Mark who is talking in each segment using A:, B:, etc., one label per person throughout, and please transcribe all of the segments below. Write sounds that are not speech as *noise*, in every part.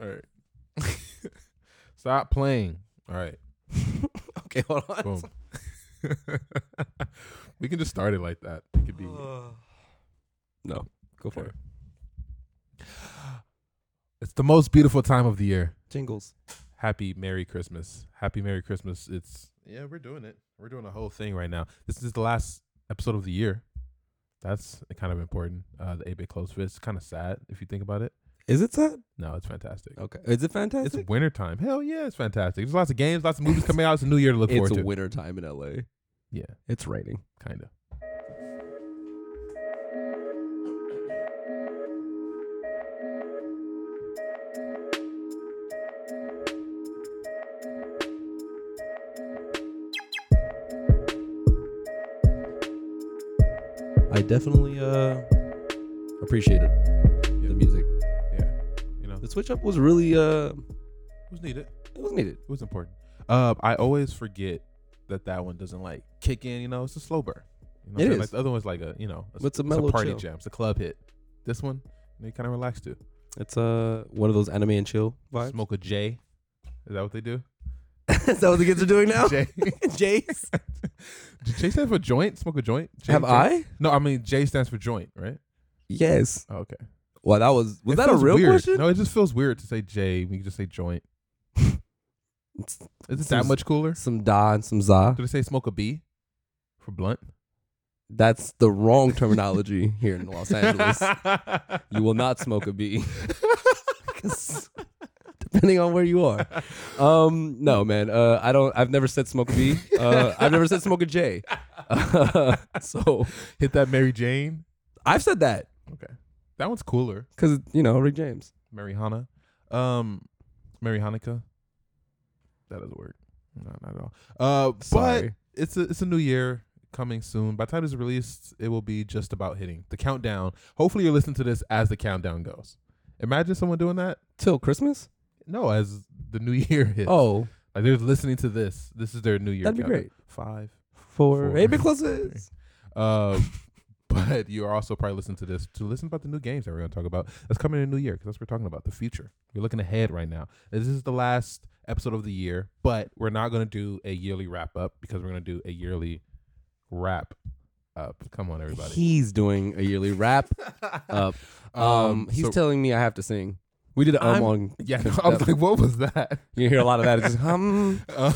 A: All right. *laughs* Stop playing. All right.
B: *laughs* okay, hold on.
A: Boom. *laughs* we can just start it like that. It could be.
B: *sighs* No, go for
A: Okay.
B: it.
A: It's the most beautiful time of the year.
B: Jingles.
A: Happy Merry Christmas. Happy Merry Christmas. It's yeah, we're doing it. We're doing a whole thing right now. This is the last episode of the year. That's kind of important. Uh, the eight bit close fist. It's kind of sad if you think about it.
B: Is it sad?
A: No, it's fantastic.
B: Okay. Oh, Is it
A: It's
B: fantastic?
A: winter time. Hell yeah, it's fantastic. There's lots of games, lots of movies coming out. It's a new year to look forward to.
B: winter time in LA.
A: yeah,
B: It's raining.
A: kind of.
B: I definitely uh appreciated
A: Yeah.
B: the music.
A: Yeah, you know,
B: The switch up was really uh
A: it was needed.
B: it was needed.
A: It was important. Uh, I always forget that that one doesn't like kick in. You know, it's a slow burn. You know what
B: It
A: I'm saying? Like
B: is.
A: the other one's like a you know,
B: It's a mellow
A: party
B: chill.
A: jam. It's a club hit. This one, you, kind of relax to.
B: It's uh one of those anime and chill vibes.
A: Smoke a J. Is that what they do?
B: *laughs* Is that what the kids are
A: *laughs*
B: doing now? *laughs*
A: J.
B: Jace.
A: Did J stand for joint? Smoke a joint. J,
B: Have
A: J-
B: I?
A: No, I mean J stands for joint, right?
B: Yes.
A: Oh, okay.
B: Well, that was was
A: It
B: that a
A: feels
B: real
A: weird.
B: question?
A: No, it just feels weird to say J. We can just say joint.
B: It's
A: Is it that
B: Seems-
A: much cooler?
B: Some da and some za.
A: Did it say smoke a B for blunt?
B: That's the wrong terminology here
A: *laughs*
B: in Los Angeles. You will not smoke a bee. *laughs* 'Cause depending on where you are. Um, no, man. Uh, I don't. I've never said smoke a bee. Uh, I've never said smoke a J. *laughs* so
A: Hit that Mary Jane.
B: I've said that
A: Okay. That one's cooler.
B: because you know Rick James.
A: Mary Hana. Um Mary Hanukkah. That doesn't work. No, not at all. Uh
B: Sorry.
A: but it's a it's a new year coming soon. By the time it's released, it will be just about hitting the countdown. Hopefully you're listening to this as the countdown goes. Imagine someone doing that.
B: Till Christmas.
A: No, as the new *laughs* year hits.
B: Oh,
A: like they're listening to this. This is their new year.
B: that'd be
A: countdown.
B: great.
A: Five.
B: For
A: Four.
B: a bit closer.
A: Uh, *laughs* but you're also probably listening to this to listen about the new games that we're going to talk about that's coming in the new year because that's what we're talking about the future. We're looking ahead right now. This is the last episode of the year, but we're not going to do a yearly wrap up because we're going to do a yearly wrap up. Come on, everybody.
B: He's doing a yearly *laughs* wrap up. Um, he's
A: so-
B: telling me I have to sing. We did an um
A: I'm-
B: on.
A: *laughs*
B: *laughs*
A: yeah. I was like, what was that?
B: You hear a lot of that. It's just, *laughs* um,
A: Uh,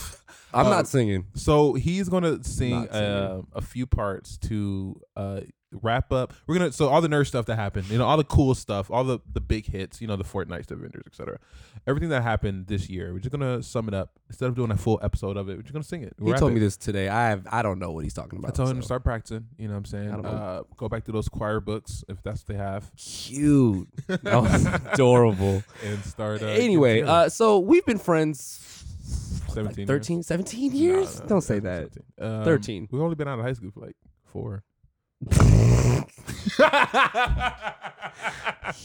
B: I'm
A: Uh,
B: not singing.
A: So he's gonna sing
B: Not singing.
A: uh, a few parts to uh, wrap up. We're gonna so all the nerd stuff that happened, you know, all the cool stuff, all the the big hits, you know, the Fortnite, the Avengers, etc. Everything that happened this year, we're just gonna sum it up instead of doing a full episode of it. We're just gonna sing it.
B: He told me this today. I have, I don't know what he's talking
A: I
B: about.
A: told him to
B: so.
A: start practicing. You know what I'm saying?
B: I don't know.
A: Uh, go back to those choir books if that's what they have, *laughs*
B: Cute. That was adorable.
A: and start. Uh,
B: anyway,
A: getting
B: uh, so we've been friends what,
A: 17
B: like
A: years?
B: 13, 17
A: together. Nah,
B: years?
A: nah,
B: Don't say
A: yeah,
B: that.
A: 17. Um,
B: 13.
A: We've only been out of high school for like four.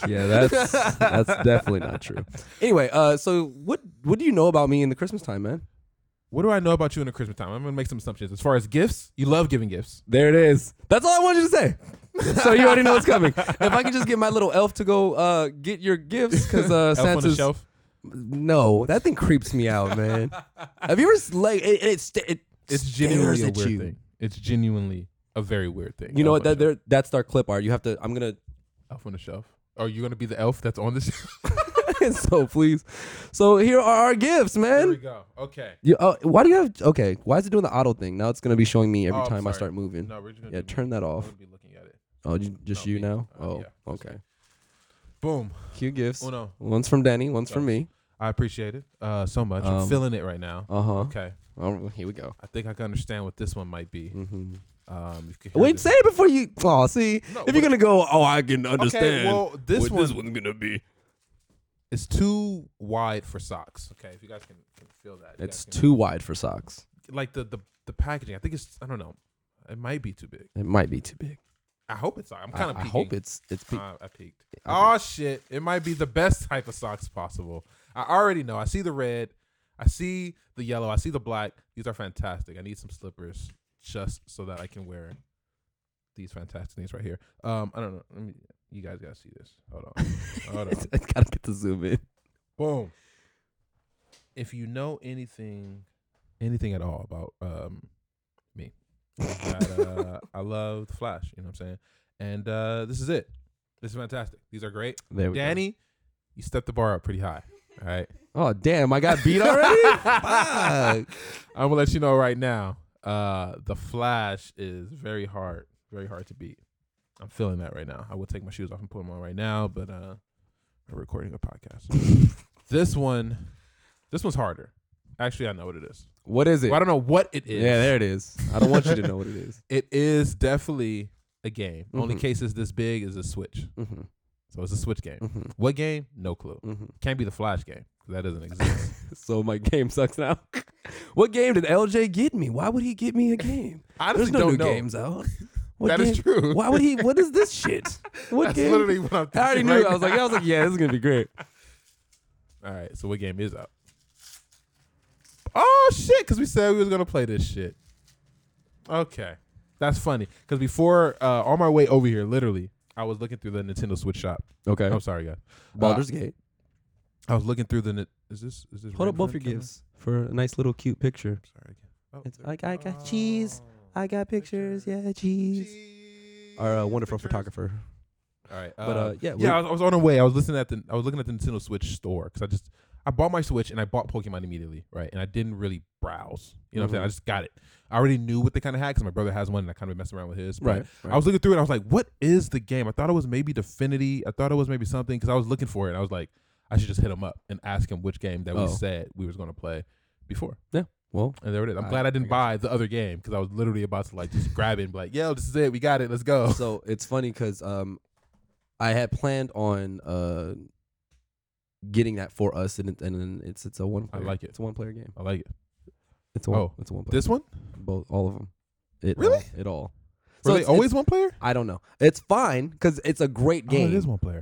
B: yeah,
A: *laughs*
B: that's that's definitely not true. Anyway, uh, so what what do you know about me in the Christmas time, man?
A: What do I know about you in the Christmas time? I'm gonna make some assumptions. As far as gifts, you love giving gifts.
B: There it is. That's all I wanted you
A: *laughs*
B: to say. so you already know what's coming. If I can just get my little elf to go uh, get your gifts, because uh,
A: *laughs* Elf on the
B: Santa's
A: shelf.
B: no, that thing creeps me out, man. Have you ever s- like it? it, sta- it
A: It's
B: stares
A: genuinely a
B: at
A: weird
B: you.
A: thing. It's genuinely a very weird thing.
B: You know
A: Elf on
B: what? That,
A: the shelf.
B: there, that's our clip art. You have to. I'm gonna. *laughs*
A: elf on the shelf. Are you gonna be the elf that's on the *laughs* shelf?
B: so please. So here are our gifts,
A: There we
B: man.
A: go. Okay.
B: You, oh, why do you have? Okay, why is it doing the auto thing? Now it's gonna be showing me every
A: Oh, I'm
B: time I
A: sorry.
B: start moving.
A: No, we're just gonna
B: yeah,
A: do-
B: turn that
A: I'm
B: off.
A: gonna be looking at it.
B: Oh, you, just
A: no,
B: you
A: me.
B: now?
A: Uh,
B: oh,
A: yeah, that's
B: okay.
A: Boom.
B: Cute gifts.
A: Oh no.
B: One's from Danny. One's from me.
A: I appreciate it uh, so much. I'm
B: Um,
A: feeling it right now.
B: Uh huh.
A: Okay.
B: Oh, here we go.
A: I think I can understand what this one might be.
B: hmm
A: Um, you can hear
B: Wait,
A: this.
B: say it before you. Oh, see,
A: No,
B: if
A: what-
B: you're gonna go, oh, I can understand.
A: Okay. Well, this
B: what
A: one
B: this one's gonna be.
A: is too wide for socks. Okay. If you guys can, can feel that. you
B: It's
A: guys can-
B: too wide for socks.
A: like the, the the packaging. I think it's I don't know. It might be too big.
B: It might be too big.
A: I hope it's. I'm Uh,
B: I,
A: kind of.
B: I hope it's it's. *laughs* Pe-
A: Ah, I peaked. Oh shit! It might be the best type of socks possible. I already know. I see the red. I see the yellow. I see the black. These are fantastic. I need some slippers just so that I can wear these fantastic things right here. *laughs* Um, I don't know. Let me, you guys gotta see this. Hold on. Hold on.
B: I gotta get to zoom in.
A: Boom. If you know anything, anything at all about um me, that, uh, I love the Flash. You know what I'm saying? And uh this is it. This is fantastic. These are great.
B: *laughs* There we go.
A: Danny, you stepped the bar up pretty high. All right.
B: Oh damn! I got
A: *laughs*
B: beat already. Fuck.
A: I'm gonna let you know right now. Uh, the Flash is very hard, very hard to beat. I'm feeling that right now. I will take my shoes off and put them on right now, but uh, we're recording a podcast.
B: *laughs*
A: this one, this one's harder. Actually, I know what it is.
B: What is it?
A: Well, I don't know what it is.
B: yeah, there it is. I don't want you to know what it is. *laughs*
A: It is definitely a game. Only
B: Mhm.
A: case is this big is a Switch.
B: Mm-hmm.
A: So it's a Switch game.
B: Mm-hmm.
A: What game? No clue.
B: Mm-hmm.
A: Can't be the Flash game. 'cause That doesn't
B: *laughs*
A: exist.
B: So my game sucks now. *laughs* what game did LJ get me? Why would he get me a game?
A: I
B: There's
A: honestly
B: no
A: don't
B: new
A: know. *laughs*
B: games out. What
A: That
B: game?
A: is true.
B: Why would he? What
A: *laughs*
B: is this shit? What
A: That's
B: game?
A: literally what I'm
B: I already
A: thinking
B: knew.
A: right
B: I was like, I was like, yeah, this is gonna
A: *laughs*
B: be great.
A: All right, so what game is out? Oh shit! Because we said we was gonna play this shit. Okay, that's funny. Because before, uh, on my way over here, literally, I was looking through the Nintendo Switch shop.
B: Okay.
A: I'm sorry, guys.
B: Oh, Baldur's Gate.
A: I was looking through the. Ni- Is this? Is this?
B: Hold
A: red
B: up both
A: for
B: your
A: Nintendo?
B: gifts for a nice little cute picture.
A: Sorry. again. Oh,
B: It's
A: there-
B: like I got cheese. I got pictures. Yeah, cheese.
A: Oh, Cheese.
B: Our uh, wonderful
A: Pictures.
B: photographer.
A: All right,
B: But, uh, yeah, we-
A: yeah, I was, I was on the way. I was listening at the. I was looking at the Nintendo Switch store because I just I bought my Switch and I bought Pokemon immediately, right? And I didn't really browse. You know what I'm saying?
B: Mhm.
A: I just got it. I already knew what they kind of had because my brother has one and I kind of messed around with his. but
B: Right, right.
A: I was looking through it. and I was like, what is the game? I thought it was maybe Definity. I thought it was maybe something because I was looking for it. And I was like, I should just hit him up and ask him which game that
B: Oh.
A: we said we was going to play before.
B: Well,
A: And there it is. I'm
B: I-
A: glad I
B: I
A: didn't buy the other game because I was literally about to like just grab it and be like, yo, this is it. We got it. Let's go.
B: so it's funny because um, I had planned on uh getting that for us, and it- and then it's it's a one.
A: I
B: Player,
A: like it.
B: It's a one player game.
A: I like it.
B: It's a one,
A: Oh,
B: it's a one player.
A: This one?
B: both all of them. It
A: Really?
B: All, it all.
A: Were they
B: it's-
A: always
B: it's-
A: one player?
B: I don't know. It's fine because it's a great
A: Oh,
B: game.
A: it is one player.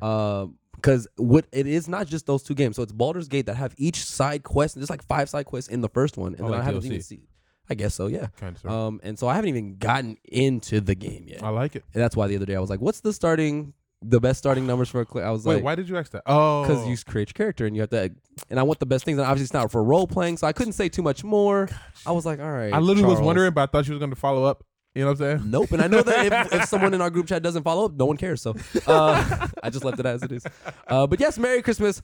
B: because what it is not just those two games. So it's Baldur's Gate that have each side quest. There's like five side quests in the first one, and
A: Oh,
B: then
A: like
B: I haven't even
A: DLC.
B: seen. I guess so. Yeah.
A: kind of.
B: Um, and so I haven't even gotten into the game yet.
A: uh, I like it.
B: And that's why the other day I was like, "What's the starting, the best starting numbers for a clip?" I was
A: Wait,
B: like,
A: why did you ask that? Oh,
B: "Because you create your character and you have to." And I want the best things, and obviously it's not for role playing, so I couldn't say too much more. I was like, "All right."
A: I literally was
B: Charles." Mm.
A: wondering, but I thought you was going to follow up. You know what I'm saying?
B: Nope. And I know that if, if someone in our group chat doesn't follow up, no one cares. So uh, *laughs* I just left it as it is. Uh, but yes, Merry Christmas.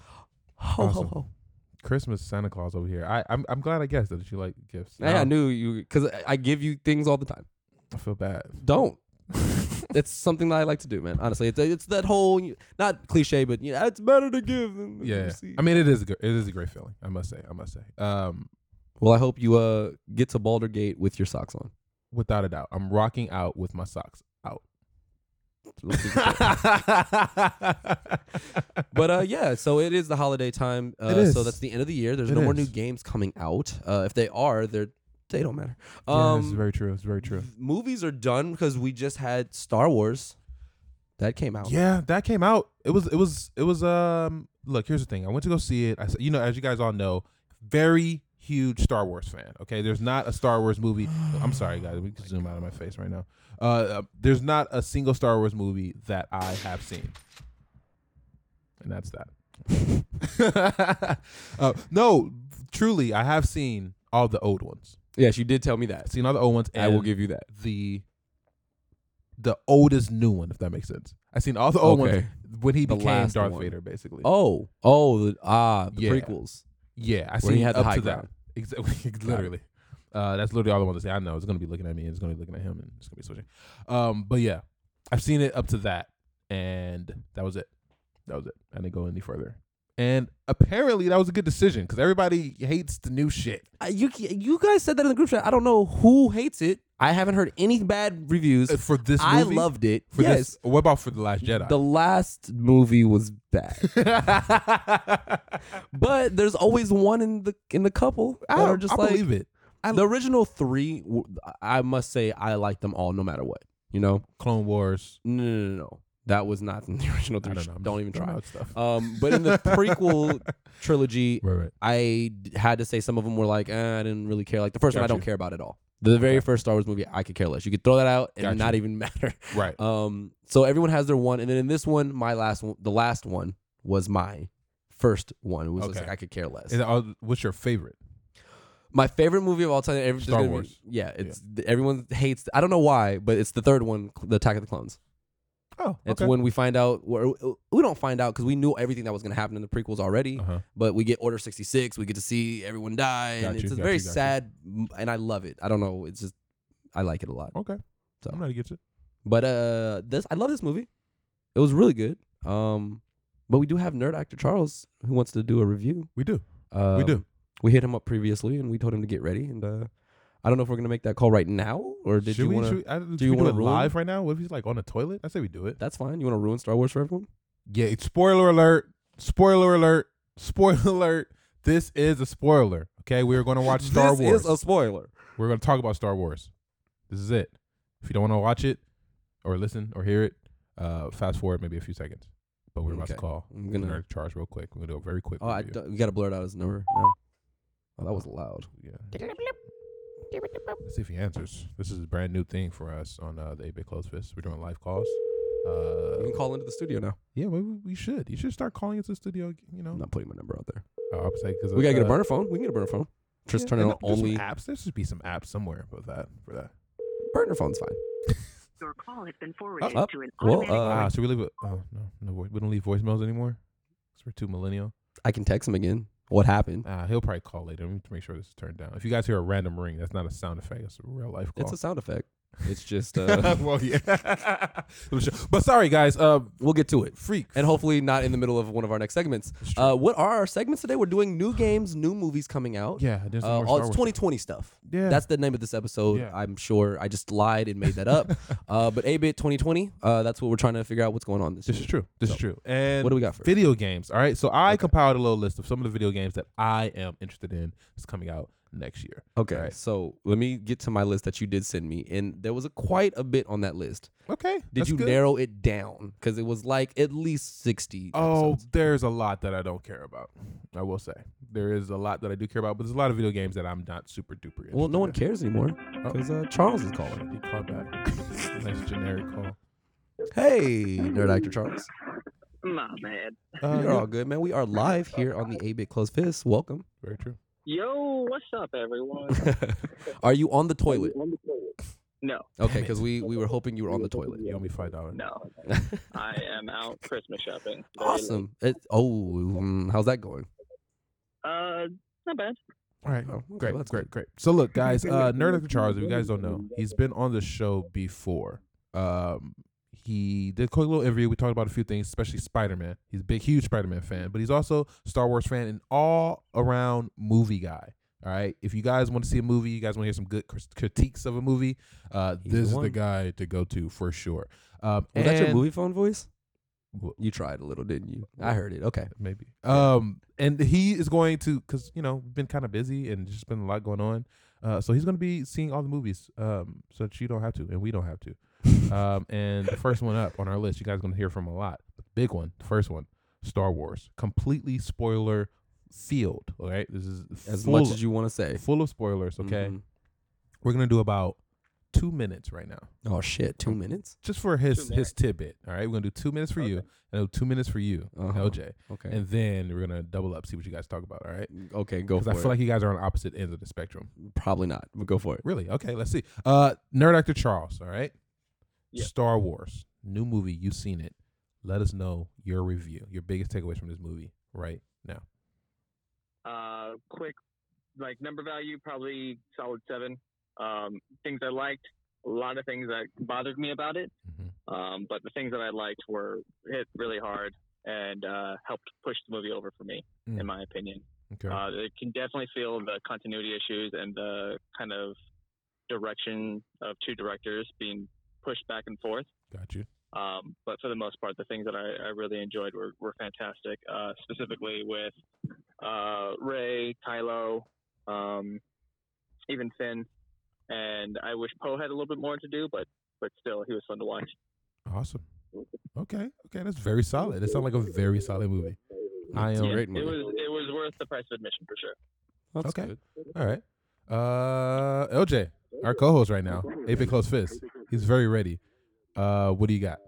B: Ho
A: Awesome.
B: ho ho!
A: Christmas Santa Claus over here. I, I'm, I'm glad I guessed that you like gifts.
B: Hey,
A: Now
B: I knew you because I give you things all the time.
A: I feel bad. *laughs*
B: Don't. it's something that I like to do, man. Honestly, it's, it's that whole not cliche, but you know, it's better to give than than
A: Yeah,
B: receive.
A: I mean it is a good, it is a great feeling. I must say, I must say. Um,
B: Well, I hope you uh get to Baldur Gate with your socks on.
A: without a doubt, I'm rocking out with my socks out.
B: *laughs*
A: *laughs*
B: but uh yeah, so it is the holiday time. Uh,
A: It is.
B: So that's the end of the year. There's
A: It
B: no more new
A: is.
B: games coming out. Uh, if they are, they're they don't matter.
A: yeah,
B: Um,
A: it's very true. It's very true.
B: movies are done because we just had Star Wars that came out.
A: Yeah, that came out. It was it was it was um look, here's the thing. I went to go see it. I s- you know, as you guys all know, very huge Star Wars fan. Okay? There's not a Star Wars movie. I'm sorry guys, we can zoom out of my face right now. Uh, uh there's not a single Star Wars movie that I have seen. And that's that. *laughs* uh, no, truly, I have seen all the old ones.
B: Yes, you did tell me
A: I've
B: that.
A: seen all the old ones and
B: I will give you that.
A: the the oldest new one, if that makes sense. I seen all the old
B: Okay.
A: ones when he
B: The
A: became
B: last
A: Darth
B: one.
A: Vader, basically.
B: Oh, oh, the, ah, the
A: Yeah.
B: prequels.
A: yeah, I
B: Where
A: seen
B: he had the
A: up
B: high
A: to
B: ground.
A: that. Exactly, *laughs* literally. Uh, that's literally all I want to say. I know it's gonna be looking at me, and it's gonna be looking at him, and it's gonna be switching. Um, but yeah, I've seen it up to that, and that was it. That was it. I didn't go any further. And apparently, that was a good decision because everybody hates the new shit.
B: Uh, you you guys said that in the group chat. I don't know who hates it. I haven't heard any bad reviews.
A: Uh, For this,
B: I
A: movie,
B: loved it.
A: For
B: yes,
A: this, what about for the Last Jedi?
B: the last movie was bad, *laughs*
A: *laughs*
B: but there's always one in the in the couple that
A: I,
B: are just
A: Oh, I
B: like
A: believe it.
B: the original three. w- I must say, I like them all, no matter what. You know,
A: Clone Wars.
B: no, no, no, no. that was not in the *laughs* original three. Don't, even try.
A: stuff.
B: *laughs* Um, but in the prequel trilogy,
A: Right, right.
B: I d- had to say some of them were like, eh, I didn't really care. Like the first one, I
A: Got
B: don't
A: you.
B: care about at all. The very
A: Okay.
B: first Star Wars movie, I could care less. You could throw that out and
A: Got
B: not even *laughs* matter.
A: Right.
B: Um, so everyone has their one, and then in this one, my last one, the last one was my first one was just
A: Okay.
B: like I could care less.
A: And uh, what's your favorite?
B: My favorite movie of all time. Every, there's
A: Star
B: gonna be-
A: Wars.
B: yeah, it's th- everyone hates. I don't know why, but it's the third one, cl- the Attack of the Clones.
A: Oh,
B: It's when we find out. Where, we don't find out because we knew everything that was going to happen in the prequels already.
A: Uh-huh.
B: But we get Order sixty six. We get to see everyone die,
A: Got
B: and
A: you,
B: it's a
A: got
B: very
A: you, got you.
B: sad. m- And I love it. I don't know. It's just I like it a lot.
A: Okay.
B: So-
A: I'm not against it.
B: But uh, this I love this movie. It was really good. Um, but we do have nerd actor Charles who wants to do a review.
A: We do.
B: Um,
A: we do.
B: We hit him up previously, and we told him to get ready. And uh, I don't know if we're gonna make that call right now, or did
A: should
B: you
A: we,
B: want to?
A: should we, I, do
B: you
A: we do
B: wanna
A: it
B: ruin
A: live right now? What if he's like on the toilet? I say we do it.
B: That's fine. You want to ruin Star Wars for everyone?
A: Yeah. it's- Spoiler alert. Spoiler alert. Spoiler *laughs* alert. This is a spoiler. Okay. We're going to watch Star
B: this
A: Wars.
B: is a spoiler.
A: We're going to talk about Star Wars. This is it. If you don't want to watch it or listen or hear it, uh, fast forward maybe a few seconds. But we're about to
B: Okay.
A: call.
B: I'm gonna-
A: Nerd charge real quick. We're gonna do a very quick.
B: Oh, I
A: review.
B: don't- you gotta blurt out his number. No. Oh, that was loud.
A: Yeah. Let's see if he answers. This is a brand new thing for us on uh, the 8 Bit Close Fist. We're doing live calls.
B: You
A: Uh,
B: can call into the studio now.
A: yeah, maybe we should. You should start calling into the studio. You know,
B: I'm not putting my number out there.
A: Uh, I'll say because
B: We gotta get a burner phone. We can get a burner phone. Just turn it on only.
A: apps. There should be some apps somewhere for that. For that.
B: Burner phone's fine.
C: Your call has been forwarded
B: oh,
C: to an
B: well,
C: automatic.
B: uh,
A: Ah, should we leave it? Oh no, no, vo- we don't leave voicemails anymore. Cause we're too millennial.
B: I can text him again. What happened?
A: Ah, he'll probably call later. Let me make sure this is turned down. If you guys hear a random ring, that's not a sound effect. It's a real life call.
B: It's a sound effect. It's
A: *laughs*
B: just uh,
A: well, yeah. *laughs* but sorry, guys. Uh,
B: we'll get to it.
A: freak.
B: And hopefully not in the middle of one of our next segments.
A: It's true.
B: Uh, what are our segments today? We're doing new games, new movies coming out.
A: yeah, there's
B: Uh,
A: more
B: all
A: Star
B: it's
A: Wars.
B: 2020 stuff.
A: Yeah.
B: That's the name of this episode.
A: Yeah.
B: I'm sure I just lied and made
A: *laughs*
B: that up. uh, but A Bit 2020, uh, that's what we're trying to figure out what's going on this
A: This
B: year.
A: is true. This
B: So,
A: is true. And
B: what do we got first?
A: Video games. All right. So I compiled a little list of some of the video games that I am interested in that's coming out next year.
B: Okay,
A: All right.
B: so let me get to my list that you did send me, and there was a quite a bit on that list.
A: Okay.
B: Did
A: that's
B: you
A: good.
B: narrow it down? Because it was like at least 60.
A: Oh,
B: episodes.
A: there's a lot that I don't care about. I will say there is a lot that I do care about, but there's a lot of video games that I'm not super duper.
B: well, no one
A: interested
B: cares anymore because uh, Charles is calling.
A: in. He called back. *laughs* nice generic call.
B: Hey, nerd actor Charles,
C: My man.
A: Uh,
B: *laughs* you're
A: yeah,
B: all good, man. We are live here on the A Bit Close Fist. Welcome. *laughs*
A: Very true.
C: Yo, what's up, everyone?
B: are you on
A: *laughs*
B: the toilet?
C: No,
B: Okay,
A: Damn it.
B: because we we were hoping you were on the toilet.
A: You owe me five dollars.
C: no. I am out Christmas shopping. Very late.
B: *laughs* Awesome. It, oh, mm, how's that going?
C: Uh, not bad.
A: All right.
B: Oh, okay,
A: Great,
B: that's
A: great, great. So
B: *laughs*
A: look, guys, uh, Nerd After Charles, if you guys don't know, he's been on the show before. Um, he did a quick little interview. We talked about a few things, especially Spider Man. He's a big, huge Spider Man fan, but he's also Star Wars fan and all around movie guy. All right. If you guys want to see a movie, you guys want to hear some good cr- critiques of a movie, uh,
B: He's the
A: this is the
B: one.
A: guy to go to for sure. Um,
B: Was that your
A: and-
B: movie phone voice?
A: Wha-
B: You tried a little, didn't you? I heard it.
A: *laughs*
B: Okay.
A: maybe. Um, and he is going to because you know we've been kind of busy and just been a lot going on. Uh, so he's going to be seeing all the movies, um, so that you don't have to and we don't have to. um, and the first one up on our list, you guys going to hear from a lot. The big one, the first one, Star Wars, completely spoiler field. All right, this is
B: As
A: full,
B: much as you want to say.
A: full of spoilers. Okay,
B: Mhm.
A: we're going to do about two minutes right now
B: Oh shit! Two minutes.
A: just for his
C: minutes.
A: his tidbit. All right, we're gonna do two minutes for you and then two minutes for you,
B: Uh-huh.
A: LJ,
B: Okay.
A: and then we're gonna double up, see what you guys talk about. All right.
B: okay, go
A: Because
B: for
A: I
B: it.
A: feel like you guys are on opposite ends of the spectrum.
B: Probably not, but go for it.
A: Really? Okay, let's see. Uh Nerd Actor Charles, all right?
C: Yeah.
A: Star Wars, new movie, you've seen it. Let us know your review, your biggest takeaways from this movie right now.
C: Uh, quick, like number value, probably solid seven. Um, things I liked, a lot of things that bothered me about it.
A: Mm-hmm.
C: Um, but the things that I liked were hit really hard and uh, helped push the movie over for me,
A: Mm.
B: Hmm.
C: in my opinion.
A: Okay.
C: Uh, it can definitely feel the continuity issues and the kind of direction of two directors being pushed back and forth.
A: Got you.
C: Um, but for the most part, the things that I, I really enjoyed were, were fantastic, uh, specifically with uh, Ray, Kylo, um, even Finn. And I wish Poe had a little bit more to do, but but still, he was fun to watch. *laughs*
A: Awesome. Okay. Okay. That's very solid. It sounds like a very solid movie. I
B: It's
A: am
B: a great
C: It
B: movie.
C: was it was worth the price of admission for sure.
B: That's
A: Okay.
B: good.
A: All right. Uh LJ, our co host right now, A Big Close Fist. He's very ready. Uh what do you got?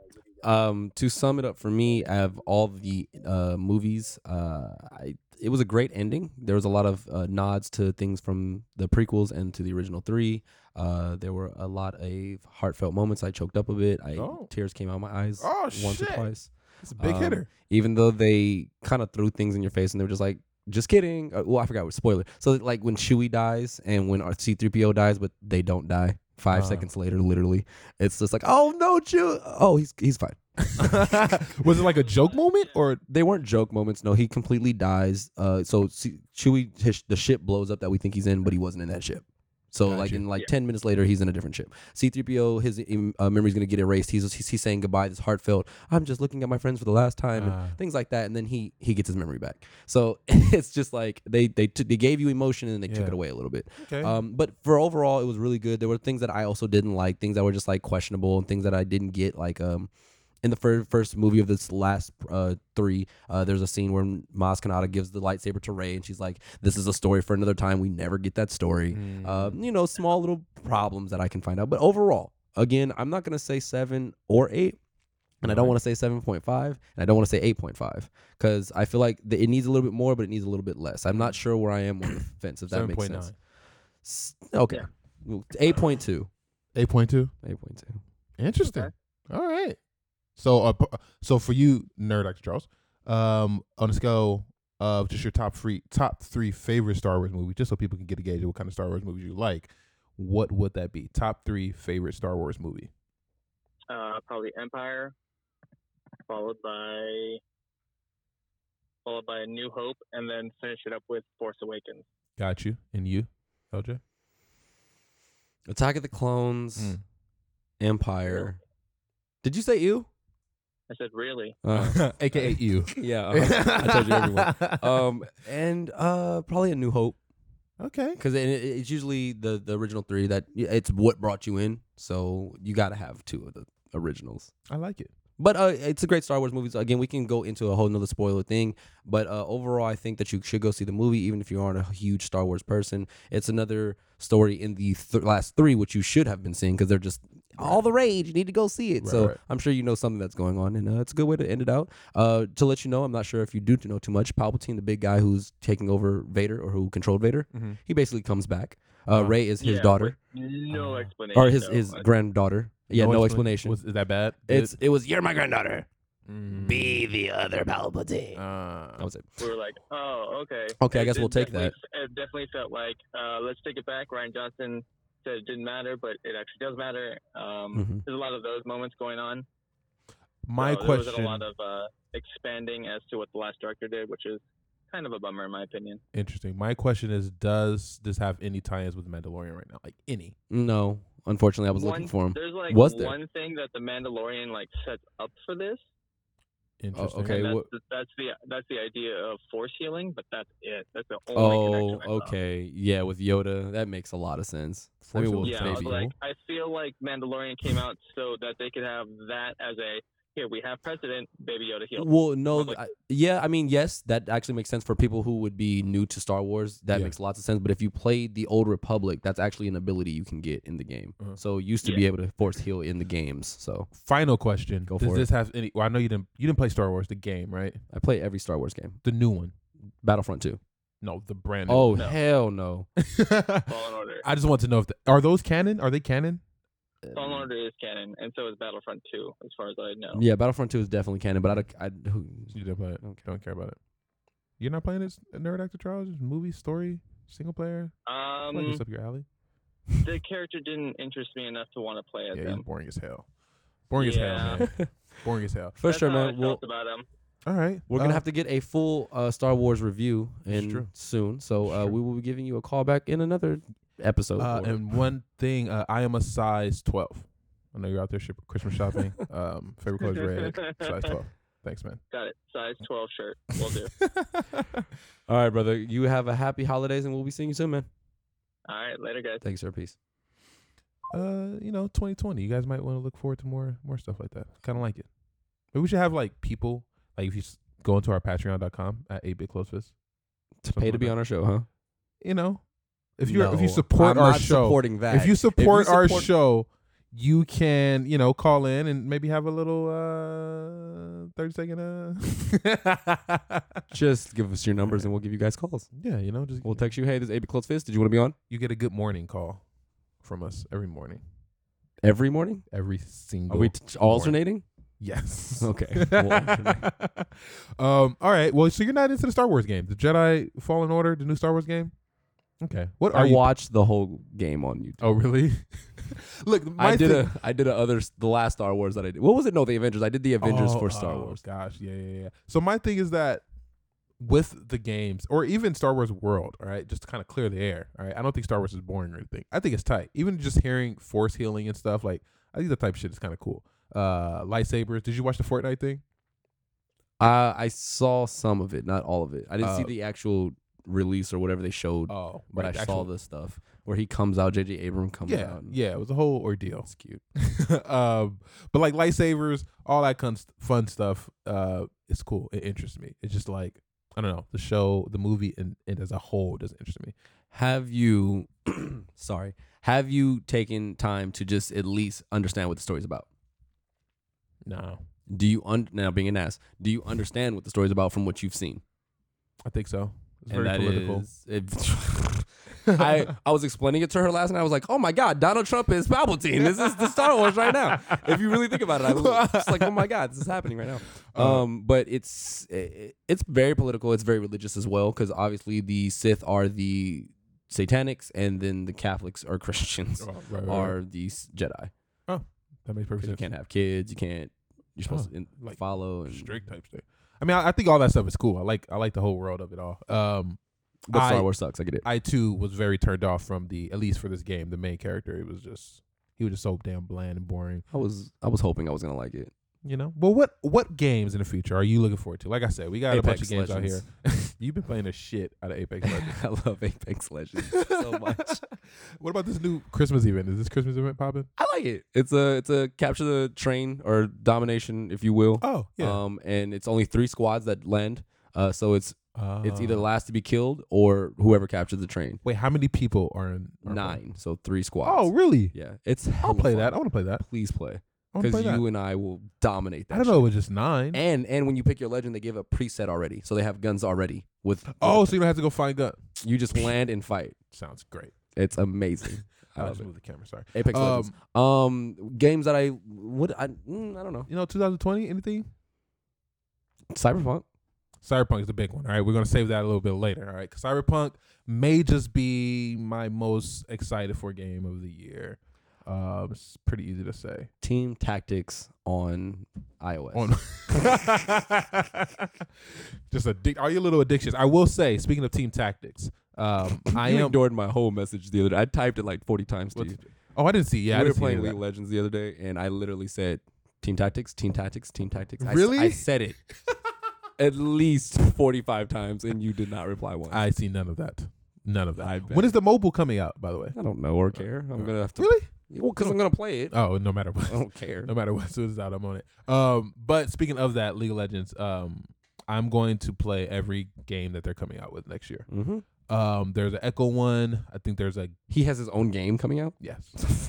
B: um, to sum it up for me, out of all the uh, movies, uh, I, it was a great ending. There was a lot of uh, nods to things from the prequels and to the original three. Uh, there were a lot of heartfelt moments. I choked up a bit. I
A: Oh.
B: tears came out of my eyes
A: Oh,
B: once or
A: shit.
B: twice.
A: It's a big
B: Um,
A: hitter.
B: Even though they kind of threw things in your face and they were just like, just kidding. Uh, well, I forgot what spoiler. So like when Chewie dies and when C three PO dies, but they don't die. Five
A: Uh.
B: seconds later, literally, it's just like, oh no, Chewie. Oh, he's he's fine.
A: *laughs* was it like a joke moment or
B: They weren't joke moments. No, he completely dies. Uh, so C- Chewie, his, the ship blows up that we think he's in, but he wasn't in that ship. So
A: Got
B: like
A: you.
B: in like
C: Yeah.
B: ten minutes later, he's in a different ship. C three PO, his um, uh, memory's gonna get erased. He's, he's he's saying goodbye. This heartfelt. I'm just looking at my friends for the last time. and
A: Ah.
B: things like that and then he he gets his memory back so *laughs* it's just like they they took they gave you emotion and they took
A: Yeah.
B: it away a little bit
A: okay?
B: um but for overall it was really good there were things that i also didn't like things that were just like questionable and things that i didn't get like um in the first first movie of this last uh, three, uh, there's a scene where Maz Kanata gives the lightsaber to Rey, and she's like, "This is a story for another time. We never get that story."
A: Mm.
B: Um, you know, small little problems that I can find out. But overall, again, I'm not gonna say seven or eight, and I don't
A: Right.
B: want to say seven point five, and I don't want to say eight point five because I feel like the, it needs a little bit more, but it needs a little bit less. I'm not sure where I am on the fence
A: Hmm,
B: if that makes
A: 7.9.
B: sense. S- Okay,
C: Yeah.
B: eight point two.
A: 8.2.
B: Eight point two.
A: Interesting. All right. So, uh, p- so for you, nerd actor Charles, um, on a scale of just your top three, top three favorite Star Wars movie, just so people can get a gauge of what kind of Star Wars movies you like, what would that be? Top three favorite Star Wars movie.
C: Uh, probably Empire, followed by followed by A New Hope, and then finish it up with Force Awakens.
A: Got you. And you, LJ.
B: Attack of the Clones.
A: Mm.
B: Empire. Did you say you?
C: I said, really?
B: *laughs* Uh,
A: *laughs* AKA you.
B: yeah. uh-huh. *laughs* I told
A: *laughs*
B: you everyone. Um, and uh, probably a New Hope.
A: okay.
B: because it, it- it's usually the the original three that it's what brought you in. So you got to have two of the originals.
A: I like it.
B: But uh, it's a great Star Wars movie. So again, we can go into a whole nother spoiler thing. But uh, overall, I think that you should go see the movie, even if you aren't a huge Star Wars person. It's another story in the th- last three, which you should have been seeing because they're just all the rage. You need to go see it.
A: Right,
B: so
A: right.
B: I'm sure you know something that's going on, and uh, it's a good way to end it out. Uh, to let you know, I'm not sure if you do know too much. Palpatine, the big guy who's taking over Vader or who controlled Vader,
A: Mhm.
B: he basically comes back. Uh,
A: Wow.
B: Ray is his
C: Yeah,
B: daughter Oh.
C: with No
A: Uh,
C: explanation.
B: or his
C: though.
B: his
C: I-
B: granddaughter. Yeah, no, explanation.
A: Was, is that bad?
B: it's it was you're my granddaughter.
A: Mm.
B: Be the other Palpatine.
A: Uh,
B: That was it.
C: we Hmm. were like, oh, okay.
B: Okay, I
C: It-
B: guess
C: it
B: we'll take
C: definitely- It definitely felt like, uh, let's take it back. Ryan Johnson said it didn't matter, but it actually does matter. Um,
B: Mhm.
C: There's a lot of those moments going on.
A: my
C: So There
A: question.
C: wasn't a lot of uh, expanding as to what the last director did, which is kind of a bummer in my opinion.
A: Interesting. My question is, does this have any tie-ins with Mandalorian right now? Like any?
B: No, unfortunately, I was
C: one,
B: looking for him.
C: There's like
B: Was there?
C: one thing that the Mandalorian like sets up for this.
A: Interesting.
B: Oh, Okay,
C: and that's,
B: what-
C: the, that's the that's the idea of force healing, but that's it. That's the only
B: Oh,
C: connection I saw.
B: okay, yeah, with Yoda, that makes a lot of sense. I mean,
A: Force
B: well,
A: Awakens
C: Yeah, I
A: is
C: was
B: maybe.
A: cool.
C: like I feel like Mandalorian came out so that they could have that as a here we have precedent, Baby Yoda healed.
B: Well, no,
C: But, like-
B: I- yeah, I mean, yes, that actually makes sense for people who would be new to Star Wars. That
A: Yeah.
B: makes lots of sense. But if you played the Old Republic, that's actually an ability you can get in the game.
A: Uh-huh.
B: So you used to be able to force heal in the games. So
A: Final question.
B: Go
A: does
B: for it.
A: this have any? Well, I know you didn't. You didn't play Star Wars, the game, right?
B: I play every Star Wars game.
A: The new one.
B: Battlefront 2.
A: No, the brand. New
B: Oh
A: one.
C: No.
B: hell
C: *laughs*
B: no!
C: Fallen
B: *laughs*
C: Order.
A: *laughs* I just want to know if the, are those canon? Are they canon?
C: Fallen Order is canon, and so is Battlefront 2, as far as I know.
B: Yeah, Battlefront 2 is definitely canon, but I don't. I, who,
A: You didn't play it.
B: I don't care.
A: Don't care about it. You're not playing this nerd actor trials, movie story, single player. I feel like
C: Um,
A: it's up your alley.
C: the character didn't interest me enough to want to play as
A: Yeah, he's
C: them.
A: boring as hell. Boring as
C: Yeah.
A: hell, man. boring as hell.
B: For
C: That's
B: sure,
C: how I
B: man. We'll,
C: felt about 'em.
A: All right, Uh,
B: we're gonna have to get a full uh, Star Wars review
A: It's
B: in
A: true.
B: soon, so
A: It's
B: uh,
A: true.
B: we will be giving you a call back in another episode.
A: Uh,
B: or-
A: and one thing, uh, I am a size twelve. I know you're out there ship- Christmas
B: *laughs*
A: shopping. um, favorite color is
C: *laughs*
A: red. Size twelve. Thanks, man.
C: Got it. Size 12 shirt.
B: *laughs*
C: Will do.
B: All right, brother. You have a happy holidays, and we'll be seeing you soon, man.
C: All right, later, guys.
B: Thanks, sir. Peace.
A: uh, you know, 2020. You guys might want to look forward to more more stuff like that. Kind of like it. Maybe we should have like people like if you s- go into our Patreon.com at 8 bit close fist.
B: To
A: Something
B: pay to
A: like
B: be
A: that.
B: on our show, huh?
A: You know, if you are if you
B: No,
A: support
B: I'm
A: our
B: not
A: show,
B: supporting that.
A: if you support our
B: support-
A: show, you can, you know, call in and maybe have a little uh 30 second uh *laughs*
B: Just give us your numbers and we'll give you guys calls.
A: Yeah, you know, just
B: We'll text you, hey, this is AB Close Fist. Did you want to be on?
A: you get a good morning call from us every morning.
B: Every morning?
A: Every single
B: Are
A: *laughs*
B: we t- alternating?
A: Yes.
B: *laughs*
A: *laughs*
B: Okay. We'll alternate.
A: um all right. Well, so you're not into the Star Wars game. The Jedi Fallen Order, the new Star Wars game? Okay. What are
B: I
A: you
B: watched the whole game on YouTube.
A: *laughs* Oh, really? *laughs* Look, my
B: I did
A: thing-
B: a I did a other the last Star Wars that I did. What was it? No, the Avengers. I did the Avengers
A: Oh,
B: for Star
A: oh,
B: Wars.
A: Gosh, yeah, yeah, yeah. So my thing is that with the games or even Star Wars World, all right, just to kind of clear the air, all right. I don't think Star Wars is boring or anything. I think it's tight. Even just hearing force healing and stuff, like I think that type of shit is kind of cool. Uh, lightsabers. Did you watch the Fortnite thing?
B: Uh, I saw some of it, not all of it. I didn't see
A: Uh,
B: the actual release or whatever they showed,
A: Oh,
B: but I saw
A: the
B: the stuff where he comes out. JJ Abram comes
A: Yeah,
B: out.
A: yeah. It was a whole ordeal. *laughs*
B: It's cute.
A: um, but like lightsabers, all that kind of fun stuff, uh, it's cool. It interests me. It's just like I don't know the show, the movie, and, and as a whole doesn't interest me.
B: Have you? *clears throat* sorry. Have you taken time to just at least understand what the story's about?
A: No,
B: Do you un- now being an ass? Do you understand what the story's about from what you've seen?
A: I think so. It's
B: And
A: very
B: that
A: political. *laughs*
B: is- it- *laughs* I I was explaining it to her last night. I was like, "Oh my God, Donald Trump is Palpatine. This is the Star Wars right now." If you really think about it, I was just like, "Oh my God, this is happening right now."
A: Uh,
B: Um, but it's it, it's very political. It's very religious as well, because obviously the Sith are the Satanics, and then the Catholics are *laughs* Christians,
A: oh, right, right, right.
B: are these Jedi.
A: that makes
B: 'Cause
A: perfect
B: You
A: sense.
B: can't have kids. You can't. You're supposed
A: Oh,
B: to in,
A: like,
B: follow and
A: Strict type thing. I mean, I, I think all that stuff is cool. I like I like the whole world of it all. Um,
B: But
A: I-
B: Star Wars sucks. I get it.
A: I too was very turned off from the at least for this game. The main character, it was just he was just so damn bland and boring.
B: I was I was hoping I was gonna like it.
A: You know. Well, what what games in the future are you looking forward to? Like I said, we got a bunch of
B: Apex
A: games
B: Legends.
A: out here. You've been playing the shit out of Apex
B: *laughs*
A: Legends.
B: I love Apex Legends so
A: *laughs*
B: much.
A: what about this new Christmas event? Is this Christmas event popping?
B: I like it. It's a it's a capture the train or domination, if you will.
A: Oh
B: Um, and it's only three squads that land. Uh, so it's
A: Uh,
B: it's either last to be killed or whoever captures the train.
A: wait. How many people are in? are playing?
B: Nine. So three squads.
A: Oh really?
B: yeah. It's
A: I'll
B: hella
A: play
B: fun.
A: that. I want to play that.
B: Please play
A: I want to
B: because
A: play that.
B: you and I will dominate that.
A: I don't know. It was just nine.
B: shit. And and when you pick your legend, they give a preset already, so they have guns already. With
A: oh, so you don't have to go find gun.
B: you just land and fight.
A: Sounds great.
B: It's amazing.
A: *laughs*
B: I
A: I
B: love
A: just
B: it.
A: moved the camera. Sorry. Um,
B: Apex Legends. Um, games that I would I mm, I don't know.
A: You know, 2020. Anything?
B: Cyberpunk.
A: Cyberpunk is the big one. All right, we're gonna save that a little bit later. All right, because Cyberpunk may just be my most excited for game of the year. Um, it's pretty easy to say.
B: Team Tactics on iOS.
A: On *laughs* just addic- all your little addictions. I will say, speaking of team tactics, um, I
B: *laughs* you
A: am.
B: ignored my whole message the other day. I typed it like 40 times to
A: What's-
B: you.
A: Oh, I didn't see. Yeah, I
B: we were
A: didn't see any
B: playing
A: of
B: League
A: that.
B: of Legends the other day, and I literally said Team Tactics, Team Tactics, Team Tactics. I s-
A: Really?
B: I, said *laughs* it at least 45 times, and you did not reply once. I,
A: I see none of that. None of that.
B: I bet.
A: When is the mobile coming out? By the
B: *laughs*
A: way.
B: don't know or care. I'm gonna have to.
A: Really?
B: Well, because I'm gonna play it.
A: Oh, no matter what.
B: *laughs* I don't care.
A: no matter what, as soon as it's out, I'm on it. Um, but speaking of that, League of Legends, um, I'm going to play every game that they're coming out with next year.
B: hmm
A: Um, there's an Echo one. I think there's a
B: He has his own game coming out. *laughs*
A: yes.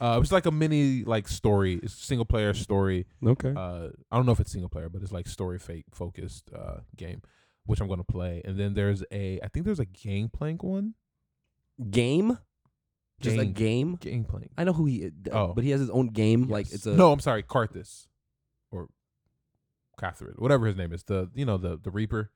A: Uh, it's like a mini like story, it's single player story.
B: Okay.
A: Uh, I don't know if it's single player, but it's like story fake focused uh game, which I'm going to play. And then there's a I think there's a Gangplank one.
B: game? Just a
A: Gang.
B: game?
A: Gangplank.
B: I know who he. is,
A: Oh.
B: But he has his own game. Like
A: Yes.
B: it's a.
A: no. I'm sorry, Karthus, or Catherine, whatever his name is. The you know the the Reaper.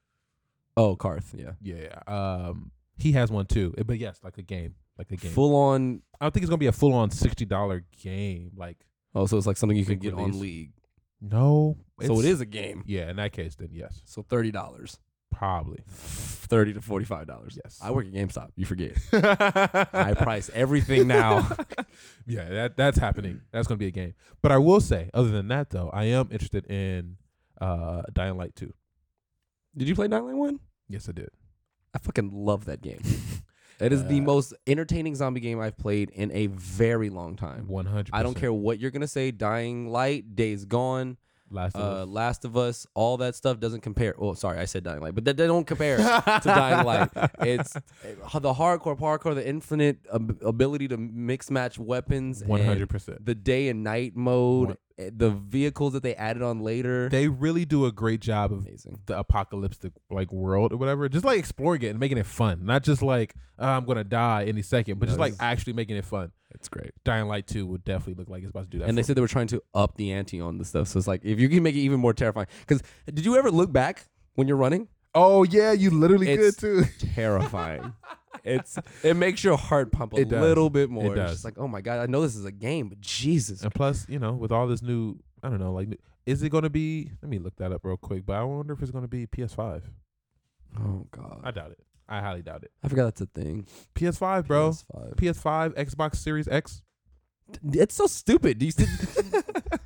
B: Oh, Karth. Yeah.
A: Yeah. Um, he has one too. Uh, But yes, like a game, like a game.
B: Full on.
A: I don't think it's gonna be a full on sixty dollar game. Like
B: Oh, so it's like something you
A: Big
B: could get
A: release.
B: on League.
A: no,
B: so it
A: it's-
B: is a game.
A: Yeah, in that case, then yes,
B: So thirty dollars, *laughs*
A: probably.
B: thirty to forty-five dollars.
A: Yes.
B: I work at GameStop. You *laughs* forget. I
A: I
B: price everything now.
A: *laughs* yeah, that that's happening. That's gonna be a game. But I will say, other than that though, I am interested in uh Dying Light two.
B: *laughs* Did you play Dying Light One?
A: Yes, I did.
B: I fucking love that *laughs* game. It is the
A: Uh,
B: most entertaining zombie game I've played in a very long time.
A: One hundred.
B: I don't care what you're gonna say. Dying Light, Days Gone,
A: Last of
B: uh,
A: Us.
B: Last of Us, all that stuff doesn't compare. Oh, sorry, I said Dying Light, but they, they don't compare *laughs* *laughs* to Dying Light.
A: *laughs*
B: It's uh, the hardcore, parkour, the infinite ab- ability to mix match weapons, and
A: 100%.
B: the day and night mode, eh, the vehicles that they added on later.
A: They really do a great job of
B: Amazing.
A: the apocalyptic like world or whatever. Just like exploring it and making it fun. Not just like "Ah, I'm gonna die any second, but just
B: No,
A: like
B: it's-
A: actually making it fun.
B: It's great.
A: Dying Light 2 would definitely look like it's about to do that.
B: and they
A: for me.
B: said they were trying to up the ante on this stuff. So it's like if you can make it even more terrifying. Because did you ever look back when you're running?
A: Oh yeah, you literally
B: It's-
A: too. *laughs*
B: Terrifying. it's it makes your heart pump a
A: It does.
B: little bit more.
A: It
B: It's
A: does.
B: just like oh my god, I know this is a game, but Jesus.
A: And plus, you know, with all this new I don't know, like new- is it gonna be let me look that up real quick, but I wonder if it's gonna be PS five.
B: Oh god,
A: I doubt it. I highly doubt it.
B: I forgot that's a thing.
A: PS five, bro.
B: PS5.
A: PS five, Xbox Series X.
B: It's so stupid. Do you *laughs* still-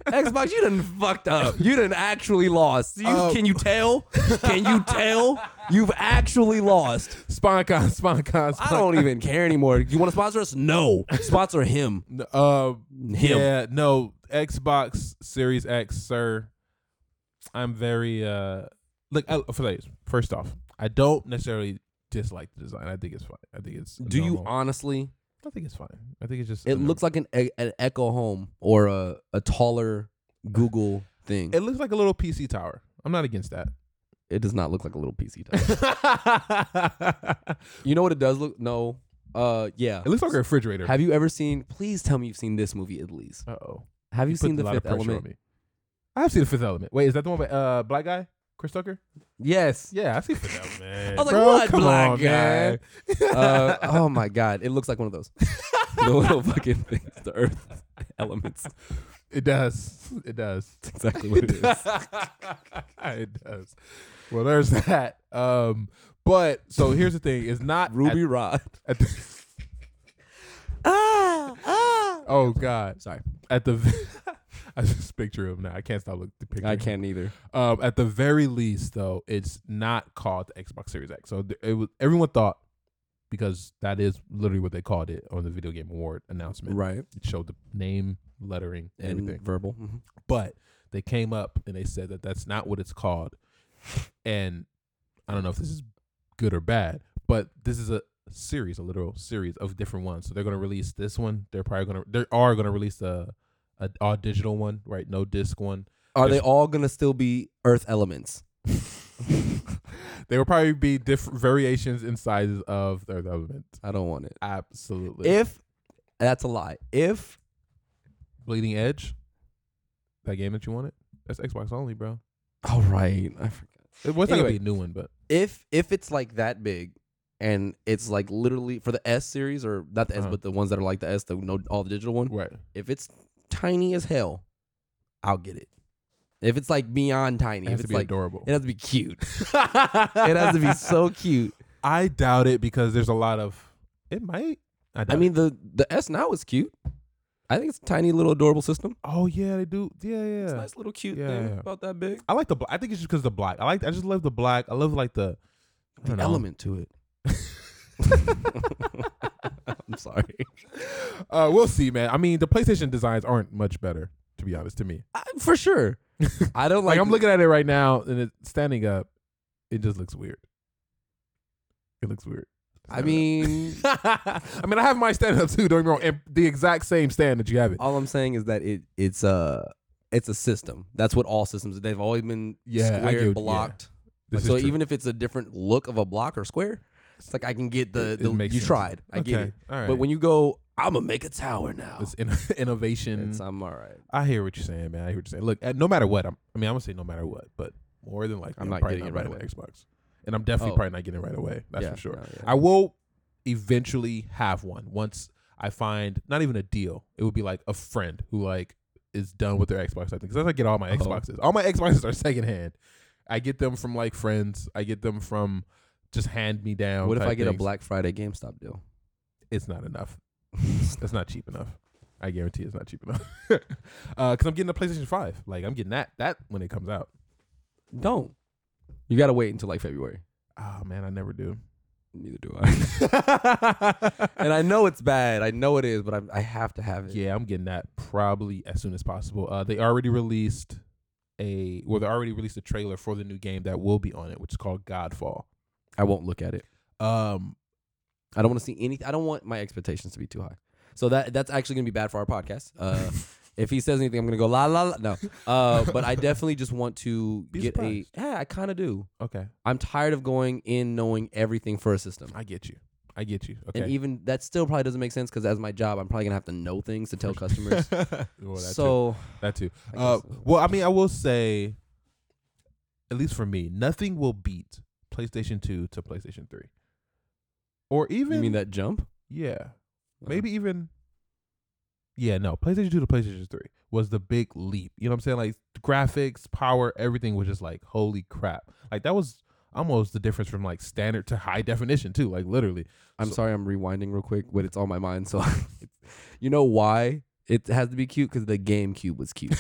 B: Xbox, you done fucked up. You done actually lost. You,
A: Um,
B: can you tell? Can you tell? You've actually lost.
A: *laughs* SponCon, SponCon, SponCon.
B: I don't even care anymore. You want to sponsor us? No. Sponsor him.
A: N- Uh,
B: Him.
A: Yeah, no, Xbox Series X, sir. I'm very uh look I, first- first off, I don't necessarily dislike the design. I think it's fine. I think it's
B: Do you
A: normal.
B: honestly?
A: I think it's fine. I think it's just
B: It looks like an e- an Echo Home or a, a taller Google thing.
A: it looks like a little PC tower. I'm not against
B: *laughs*
A: that.
B: It does not look like a little PC. Type. *laughs* you know what it does look? No. Uh, yeah.
A: it looks like a refrigerator.
B: Have you ever seen? Please tell me you've seen this movie at least.
A: Uh oh.
B: Have you, seen The Fifth Element?
A: I have seen the Fifth Element. Wait, is that the one with uh black guy? Chris Tucker?
B: Yes.
A: Yeah, I see Fifth
B: *laughs*
A: Element.
B: I was like,
A: Bro,
B: what
A: come
B: black
A: on,
B: guy?
A: man.
B: *laughs* uh, oh my god, it looks like one of those. *laughs* the little fucking things, the earth *laughs* elements.
A: It does. It does. *laughs*
B: That's exactly what it is. *laughs*
A: it does. Well, there's that. Um, but so here's the thing: it's not at-
B: Ruby Rod.
A: At, the,
B: Ah, ah.
A: oh God!
B: Sorry,
A: At the, *laughs* I just picture him now. I can't stop looking to picture.
B: I
A: him.
B: can't either.
A: Um, at the very least, though, it's not called the Xbox Series X. So th- it was everyone thought because that is literally what they called it on the video game award announcement.
B: Right.
A: It showed the name, lettering, everything.
B: And verbal. Mhm.
A: but they came up and they said that that's not what it's called and i don't know if this is good or bad but this is a series a literal series of different ones so they're going to release this one they're probably going to they are going to release a, a all digital one right no disc one *laughs*
B: Are they
A: There's-
B: all gonna still be earth elements?
A: they will probably be different variations and sizes of their element
B: I don't want it.
A: absolutely
B: If that's a lie. If
A: bleeding edge that game that you wanted that's xbox only bro
B: all right, I forgot.
A: it was not
B: Anyway.
A: gonna be a new one but
B: If if it's like that big and it's like literally for the S series or not the S
A: Uh-huh.
B: but the ones that are like the S the no all the digital one.
A: right
B: If it's tiny as hell, I'll get it. If it's like beyond tiny,
A: it has
B: if
A: to
B: it's
A: be
B: like
A: adorable
B: it has to be cute.
A: *laughs*
B: it has to be so cute.
A: I doubt it because there's a lot of it might. doubt
B: I mean the the S now is cute. I think it's a tiny little adorable system.
A: it. oh yeah, they do. Yeah, yeah.
B: It's a nice little cute
A: Yeah,
B: thing
A: yeah.
B: about that big.
A: I like the. bla- I think it's just because the black. I like. I just love the black. I love like the. I
B: the
A: don't know.
B: element to it. *laughs* I'm sorry.
A: *laughs* Uh, we'll see, man. I mean, the PlayStation designs aren't much better, to be honest, to me.
B: I, for sure. I
A: *laughs*
B: don't
A: Like,
B: like.
A: I'm looking at it right now, and it's standing up. It just looks weird. It looks weird.
B: I mean,
A: *laughs* I mean, I have my stand up too. Don't get me wrong. and The exact same stand that you have it.
B: all I'm saying is that it it's a it's a system. That's what all systems. They've always been
A: Yeah, I get
B: squared,
A: what- yeah.
B: blocked.
A: This is
B: so
A: true.
B: even if it's a different look of a block or square, it's like I can get the,
A: It- it
B: the you
A: makes sense.
B: tried. I get
A: Okay,
B: it.
A: All right.
B: But when you go, I'm gonna make a tower now.
A: this in- *laughs* innovation,
B: It's, I'm all right.
A: I hear what you're saying, man. I hear what you're saying. Look, at, no matter what, I'm, I mean, I'm gonna say no matter what, but more than likely,
B: I'm not
A: probably
B: getting it right
A: buying an Xbox, and I'm definitely
B: Oh.
A: probably not getting it right away. That's
B: Yeah,
A: for sure.
B: no, yeah.
A: I will eventually have one once I find not even a deal. It would be like a friend who like is done with their Xbox. I think because that's how I get all my
B: Oh.
A: Xboxes. All my Xboxes are *laughs* secondhand. I get them from like friends. I get them from just hand me down.
B: What if I get a Black Friday GameStop deal? *laughs*
A: It's not enough. That's not cheap enough. I guarantee it's not cheap enough. *laughs* uh, cause I'm getting a PlayStation Five. Like I'm getting that that when it comes out.
B: Don't. You gotta wait until like February.
A: Oh man, I never do.
B: Neither do I. *laughs* and I know it's bad. I know it is, but I, I have to have it.
A: Yeah, I'm getting that probably as soon as possible. Uh, they already released a well they already released a trailer for the new game that will be on it, which is called Godfall.
B: I won't look at it.
A: Um,
B: I don't want to see anything. I don't want my expectations to be too high. So that that's actually gonna be bad for our podcast. Uh, if he says anything, I'm gonna go la la la.
A: *laughs*
B: No, uh, but I definitely just want to
A: Be
B: get
A: surprised.
B: a. Yeah, I kind of do.
A: *laughs* okay,
B: I'm tired of going in knowing everything for a system.
A: I get you. I get you. Okay.
B: And even that still probably doesn't make sense because as my job, I'm probably gonna have to know things
A: *laughs*
B: to tell customers.
A: Well, that too.
B: so
A: that too.
B: I
A: Uh,
B: guess, uh,
A: well, I mean, I will say, at least for me, nothing will beat PlayStation Two to PlayStation Three, or even
B: you mean that Uh-huh. jump?
A: yeah, maybe even yeah no playstation 2 to playstation 3 was the big leap you know what i'm saying like the graphics power everything was just like holy crap like that was almost the difference from like standard to high definition too like literally
B: I'm
A: So-
B: sorry, I'm rewinding real quick, but it's on my mind. So, *laughs* you know why it has to be cute? Because the GameCube
A: *laughs*
B: was cute,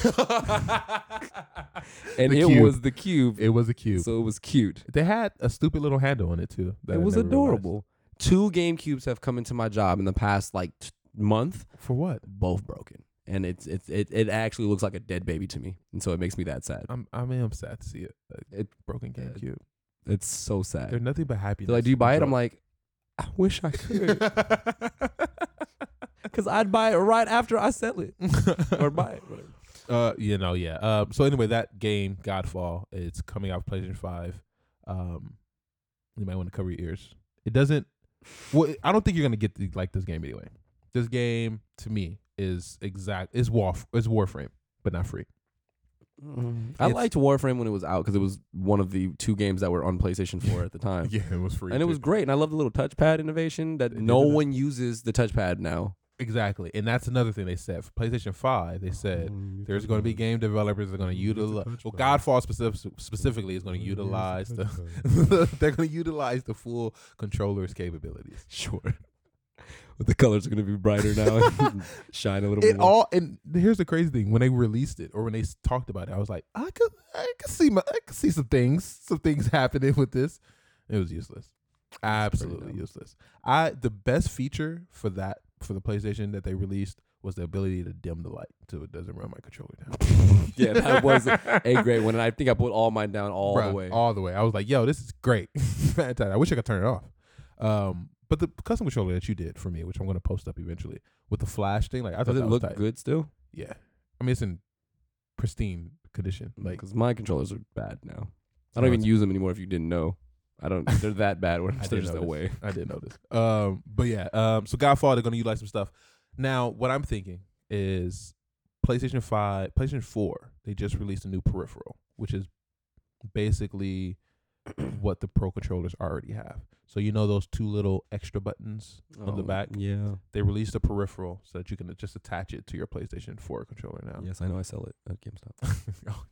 B: and
A: The
B: it
A: cube.
B: was the cube,
A: it was a cube
B: so it was cute.
A: they had a stupid little handle on it too that
B: it
A: I
B: was
A: never realized.
B: adorable. Two GameCubes have come into my job in the past like t- month,
A: for what
B: both broken, and it's it's it, it actually looks like a dead baby to me, and so it makes me that sad.
A: i'm i mean i'm sad to see it like,
B: It-
A: broken gamecube
B: It's so sad.
A: they're nothing but happiness
B: They're like, "Do you buy it?" I'm like, "I wish
A: *laughs*
B: I could, because I'd buy it right after I sell it *laughs* or buy it." Whatever.
A: *laughs* Uh, you know, yeah. Um, so anyway, that game Godfall it's coming out for PlayStation Five. Um, you might want to cover your ears. It doesn't. Well, I don't think you're gonna get the, like this game anyway. This game to me is exact is war is Warframe, but not free.
B: I
A: It's-
B: liked Warframe when it was out because it was one of the two games that were on PlayStation 4
A: *laughs*
B: at the time.
A: Yeah, it was free,
B: and it was great. And I love the little touchpad innovation that
A: They did
B: no
A: do that.
B: one uses the touchpad now.
A: exactly. And that's another thing they said for PlayStation Five. They said there's going to be game developers that are going Mm. to utilize. Well, Godfall specific, specifically is going to utilize the. *laughs* they're going to utilize the full controller's capabilities.
B: Sure. *laughs* but the colors are going to be brighter now
A: *laughs*
B: and shine a little
A: it
B: bit more.
A: all and here's the crazy thing when they released it or when they s- talked about it i was like i could i could see my i could see some things some things *laughs* happening with this it was useless absolutely
B: dumb.
A: useless i the best feature for that for the playstation that they released was the ability to dim the light so it doesn't run my controller down
B: *laughs* yeah, that was a
A: *laughs*
B: great one. And I think I put all mine down all
A: Bruh,
B: the way.
A: all the way i was like yo this is great *laughs* fantastic i wish i could turn it off um but the custom controller that you did for me which i'm going to post up eventually with the flash thing like i thought
B: Does it
A: that was
B: look
A: tight.
B: good still?
A: Yeah. I mean, it's in pristine condition. Like,
B: Because my controllers are bad now. I
A: Mm. No,
B: don't even
A: it's-
B: use them anymore if you didn't know. I
A: *laughs*
B: don't, they're that bad. *laughs* Where
A: I did
B: they're just
A: notice.
B: away.
A: I didn't notice. Um, but yeah. Um, so Godfall, they're gonna utilize some stuff. Now, what I'm thinking is PlayStation Five, PlayStation Four. They just released a new peripheral, which is basically what the Pro controllers already have. So you know those two little extra buttons on the
B: Oh,
A: back.
B: Yeah.
A: They released a peripheral so that you can just attach it to your PlayStation Four controller now.
B: Yes, I know I sell it at
A: *laughs*
B: GameStop.
A: Oh,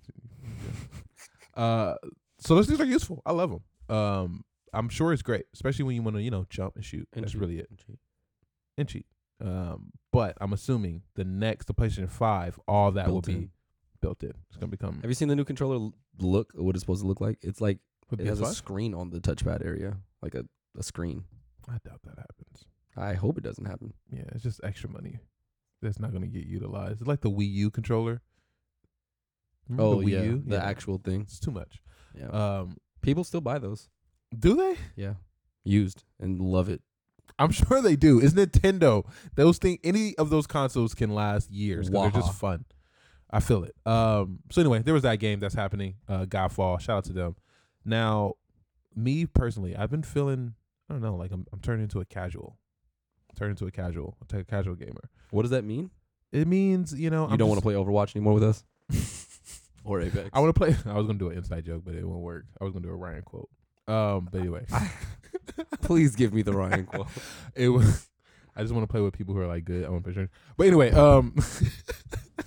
A: uh, so those things are useful. I love them. Um, I'm sure it's great, especially when you want to, you know, jump and shoot. That's really it and cheap. Um, but I'm assuming the next, the PlayStation Five, all that will
B: Built in.
A: be built in. It's gonna become.
B: Have you seen the new controller l- look? What it's supposed to look like? It's like
A: with
B: it has a
A: PS5?
B: screen on the touchpad area, like a, a screen.
A: I doubt that happens.
B: I hope it doesn't happen.
A: Yeah, it's just extra money that's not gonna get utilized. It's like the Wii U controller. Remember
B: oh
A: the Wii
B: yeah,
A: U?
B: the
A: Yeah.
B: actual thing.
A: It's too much.
B: Yeah,
A: Um,
B: people still buy those.
A: do they?
B: Yeah, used and love it.
A: I'm *laughs* sure they do. It's Nintendo. Those thing, any of those consoles can last years 'cause they're
B: Waha.
A: just fun. I feel it. Um. So anyway, there was that game that's happening. Uh, Godfall. Shout out to them. Now, me personally, I've been feeling. I don't know. Like I'm, I'm turning into a casual. Turn into a casual. I'll take a casual gamer.
B: What does that mean?
A: It means you know.
B: You
A: *laughs*
B: don't want to play Overwatch anymore with us, or Apex.
A: I
B: *laughs*
A: want to play. *laughs* I was gonna do an inside joke, but it won't work. I was gonna do a Ryan quote. Um. But anyway, *laughs*
B: Please give me the Ryan quote.
A: it was. *laughs* I just want to play with people who are like good. I want to picture. But anyway, um,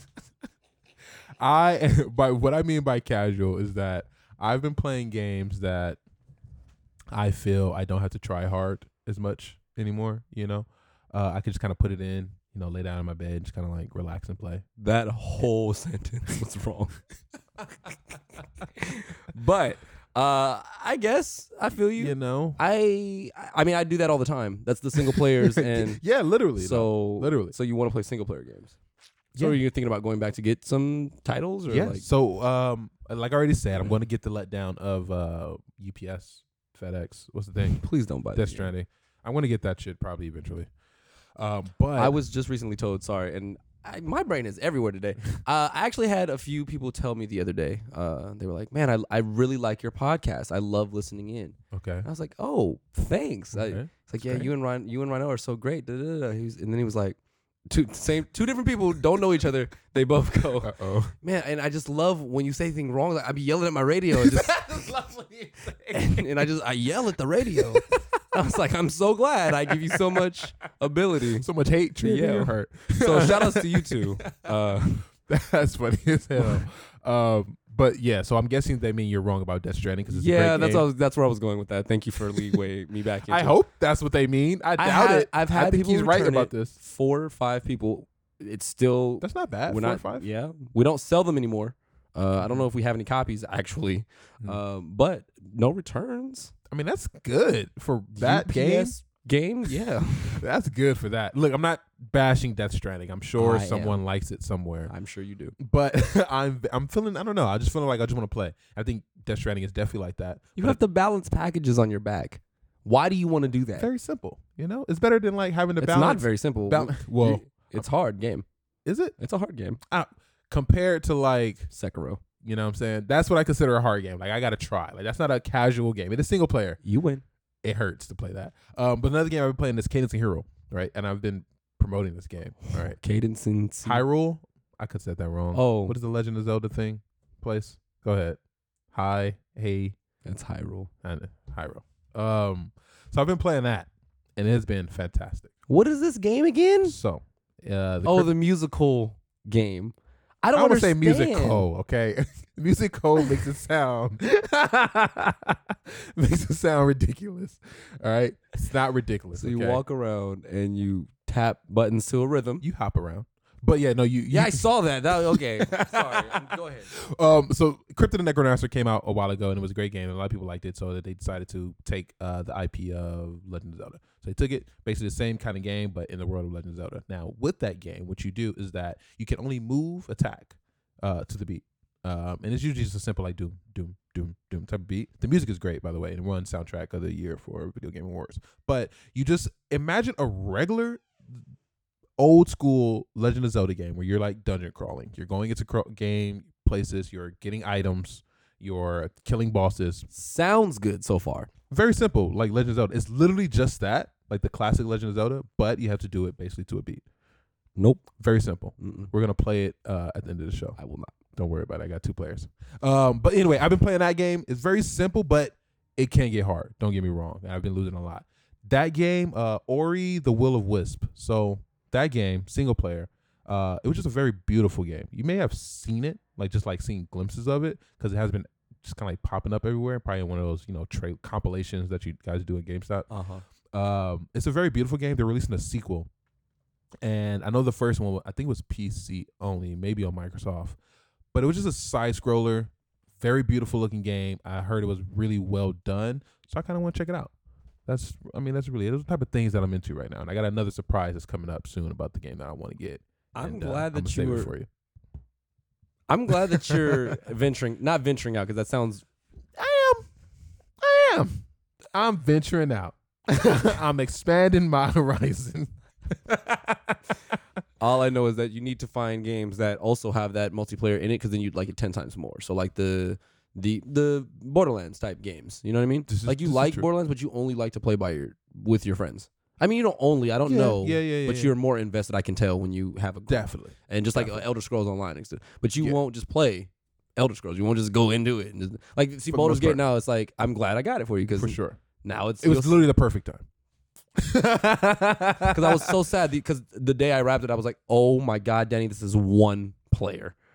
A: *laughs* I *laughs* by what I mean by casual is that I've been playing games that I feel I don't have to try hard as much anymore. You know, uh, I could just kind of put it in. You know, lay down in my bed, just kind of like relax and play.
B: *laughs* That whole sentence was wrong. *laughs* but uh, I guess I feel you.
A: You, know,
B: I I mean I do that
A: *laughs*
B: all *laughs* the time. That's the single players and
A: yeah, literally. though.
B: so
A: literally.
B: So you want to play single player games? So
A: Yeah.
B: are you thinking about going back to get some titles or
A: yeah.
B: like
A: so, um, like I already said,
B: Mm-hmm.
A: I'm going to get the letdown of uh, UPS, FedEx. What's the thing?
B: please don't buy
A: Death
B: this.
A: Stranding. I'm going to get that shit probably eventually. Um, but
B: I was just recently told, sorry, and I, my brain is everywhere today. Uh, I actually had a few people tell me the other day. Uh, they were like, "Man, I, I really like your podcast. I love listening in." *laughs*
A: okay. *laughs*
B: And I was like, "Oh, thanks." I,
A: Okay.
B: it's like, "Yeah,
A: great.
B: you and Ryan, you and Rhino are so great." Da, da, da, da. He was, and then he was like, two same two different people who don't know each other. They
A: *laughs*
B: both go,
A: Uh oh.
B: "Man," and I just love when you say anything wrong. Like, I be yelling at my radio
A: *laughs*
B: and just and, and I just I yell at
A: *laughs*
B: the radio. I was like, "I'm so glad I give you so much ability."
A: so much hate treating
B: Yeah.
A: you *laughs* hurt.
B: So shout outs to you two. Uh,
A: *laughs* That's funny as hell. um, but yeah, so I'm guessing they mean you're wrong about Death Stranding because it's
B: yeah,
A: a great
B: that's
A: game.
B: what I was, that's where I was going with that. Thank you for leeway me back. Into
A: *laughs* I
B: it.
A: hope that's what they mean. I
B: I
A: doubt
B: had-
A: it.
B: I've
A: I
B: had
A: think
B: people
A: he's right
B: return
A: about
B: it.
A: this.
B: four or five people. It's still
A: That's not bad.
B: we're
A: four or
B: not-
A: five.
B: Yeah, we don't sell them anymore. Uh, I don't
A: Mhm.
B: know if we have any copies actually,
A: Mhm.
B: um, but no returns.
A: I mean, that's good for that game.
B: UPS game,
A: *laughs*
B: yeah.
A: That's good for that. Look, I'm not bashing Death Stranding. I'm sure
B: I am.
A: someone likes it somewhere.
B: I'm sure you do.
A: But *laughs* I'm I'm feeling I don't know. I just feel like I just want to play. I think Death Stranding is definitely like that.
B: You
A: But
B: have to balance packages on your back. Why do you want to do
A: it's
B: that?
A: very simple. You know, it's better than like having to
B: It's not
A: balance.
B: very
A: *laughs*
B: simple.
A: bal- well,
B: You- it's hard game.
A: is it
B: It's a hard game.
A: compared to like
B: Sekiro,
A: you know what I'm saying? That's what I consider a hard game. Like I gotta try. Like that's not a casual game. It's single player.
B: you win.
A: It hurts to play that. Um, but another game I've been playing is Cadence and Hero, right? And I've been promoting this game. All
B: *sighs*
A: right.
B: Cadence and C-
A: Hyrule. I could said that wrong.
B: Oh,
A: What is the Legend of Zelda thing? Place. Go ahead. Hi. Hey.
B: that's Hyrule.
A: And Hyrule. Um. So I've been playing that, and it's been fantastic.
B: What is this game again?
A: So, uh,
B: oh,
A: cri-
B: the musical game. I don't
A: I
B: want to
A: say music
B: Oh,
A: code, okay? *laughs* music code makes it sound *laughs* makes it sound ridiculous. All right, it's not ridiculous.
B: So you
A: okay?
B: walk around and you tap buttons to a rhythm.
A: you hop around, but yeah, no, you, you
B: yeah, I saw that. That *laughs* okay. Sorry, Um, go ahead.
A: Um, so Cryptid and Necrodancer came out a while ago, and it was a great game, and a lot of people liked it. So that they decided to take uh, the IP of Legend of Zelda. So they took it, basically the same kind of game, but in the world of Legend of Zelda. Now, with that game, what you do is that you can only move attack uh, to the beat, um, and it's usually just a simple like doom, doom, doom, doom type of beat. The music is great, by the way, and it won soundtrack of the year for Video Game Awards. But you just imagine a regular old school Legend of Zelda game where you're like dungeon crawling. You're going into cro- game places, you're getting items, you're killing bosses.
B: Sounds good so far.
A: Very simple, like Legend of Zelda. It's literally just that, like the classic Legend of Zelda, but you have to do it basically to a beat.
B: Nope.
A: Very simple.
B: Mm-mm.
A: We're gonna play it uh, at the end of the show.
B: Mm-hmm. I will not.
A: Don't worry about it. I got two players. Um, but anyway, I've been playing that game. It's very simple, but it can get hard. Don't get me wrong. And I've been losing a lot. That game, uh, Ori the Will of Wisp. So that game, single player, uh, it was just a very beautiful game. You may have seen it, like just like seen glimpses of it, because it has been just kind of like popping up everywhere. Probably one of those, you know, tra- compilations that you guys do at GameStop.
B: Uh huh.
A: Um, it's a very beautiful game. They're releasing a sequel, and I know the first one. I think it was PC only, maybe on Microsoft, but it was just a side scroller, very beautiful looking game. I heard it was really well done, so I kind of want to check it out. That's, I mean, that's really it. those are the type of things that I'm into right now, and I got another surprise that's coming up soon about the game that I want to get.
B: I'm
A: and, uh,
B: glad
A: I'ma
B: that
A: save
B: you
A: it
B: were.
A: for you.
B: I'm glad *laughs* that you're venturing, not venturing out, because that sounds.
A: I am, I am, I'm venturing out. *laughs* I'm expanding my *laughs* horizon.
B: All I know is that you need to find games that also have that multiplayer in it, because then you'd like it ten times more. So like the the the Borderlands type games. You know what I mean?
A: This is-
B: like you
A: this is
B: like
A: true.
B: Borderlands, but you only like to play by your with your friends. I mean, you don't only. I don't
A: Yeah,
B: know.
A: yeah, yeah, yeah,
B: But
A: yeah.
B: you're more invested. I can tell when you have a group.
A: Definitely.
B: and just like uh, Elder Scrolls Online, and stuff. but you
A: Yeah.
B: won't just play Elder Scrolls. You won't just go into it and just, like
A: For
B: see
A: the
B: Baldur's
A: most
B: Gate
A: part.
B: now. It's like I'm glad I got it for you because
A: For sure.
B: now it's
A: It was
B: because
A: literally the perfect
B: *laughs*
A: time.
B: I was so sad because the day I wrapped it, I was like, oh my god, Danny, this is one player.
A: *laughs*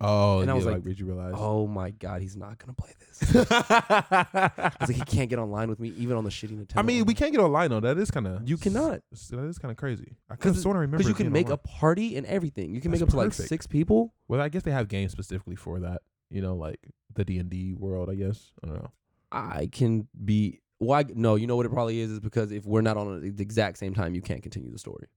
A: Oh,
B: And I
A: yeah,
B: was
A: like,
B: like,
A: did you realize? *laughs*
B: Oh my god, he's not gonna play this. I was
A: I
B: like, he can't get online with me, even on the shitty Nintendo.
A: mean, we can't get online though. That is kind of
B: You cannot.
A: That is kind of crazy. I could
B: Because
A: have sworn I remember
B: because you
A: it
B: can
A: being
B: make
A: online.
B: a party and everything. You can
A: That's
B: make up to like
A: perfect.
B: six people.
A: Well, I guess they have games specifically for that. You know, like the D and D world. I guess I don't know.
B: I can be. Why? No, you know what it probably is is because if we're not on at the exact same time, you can't continue the story.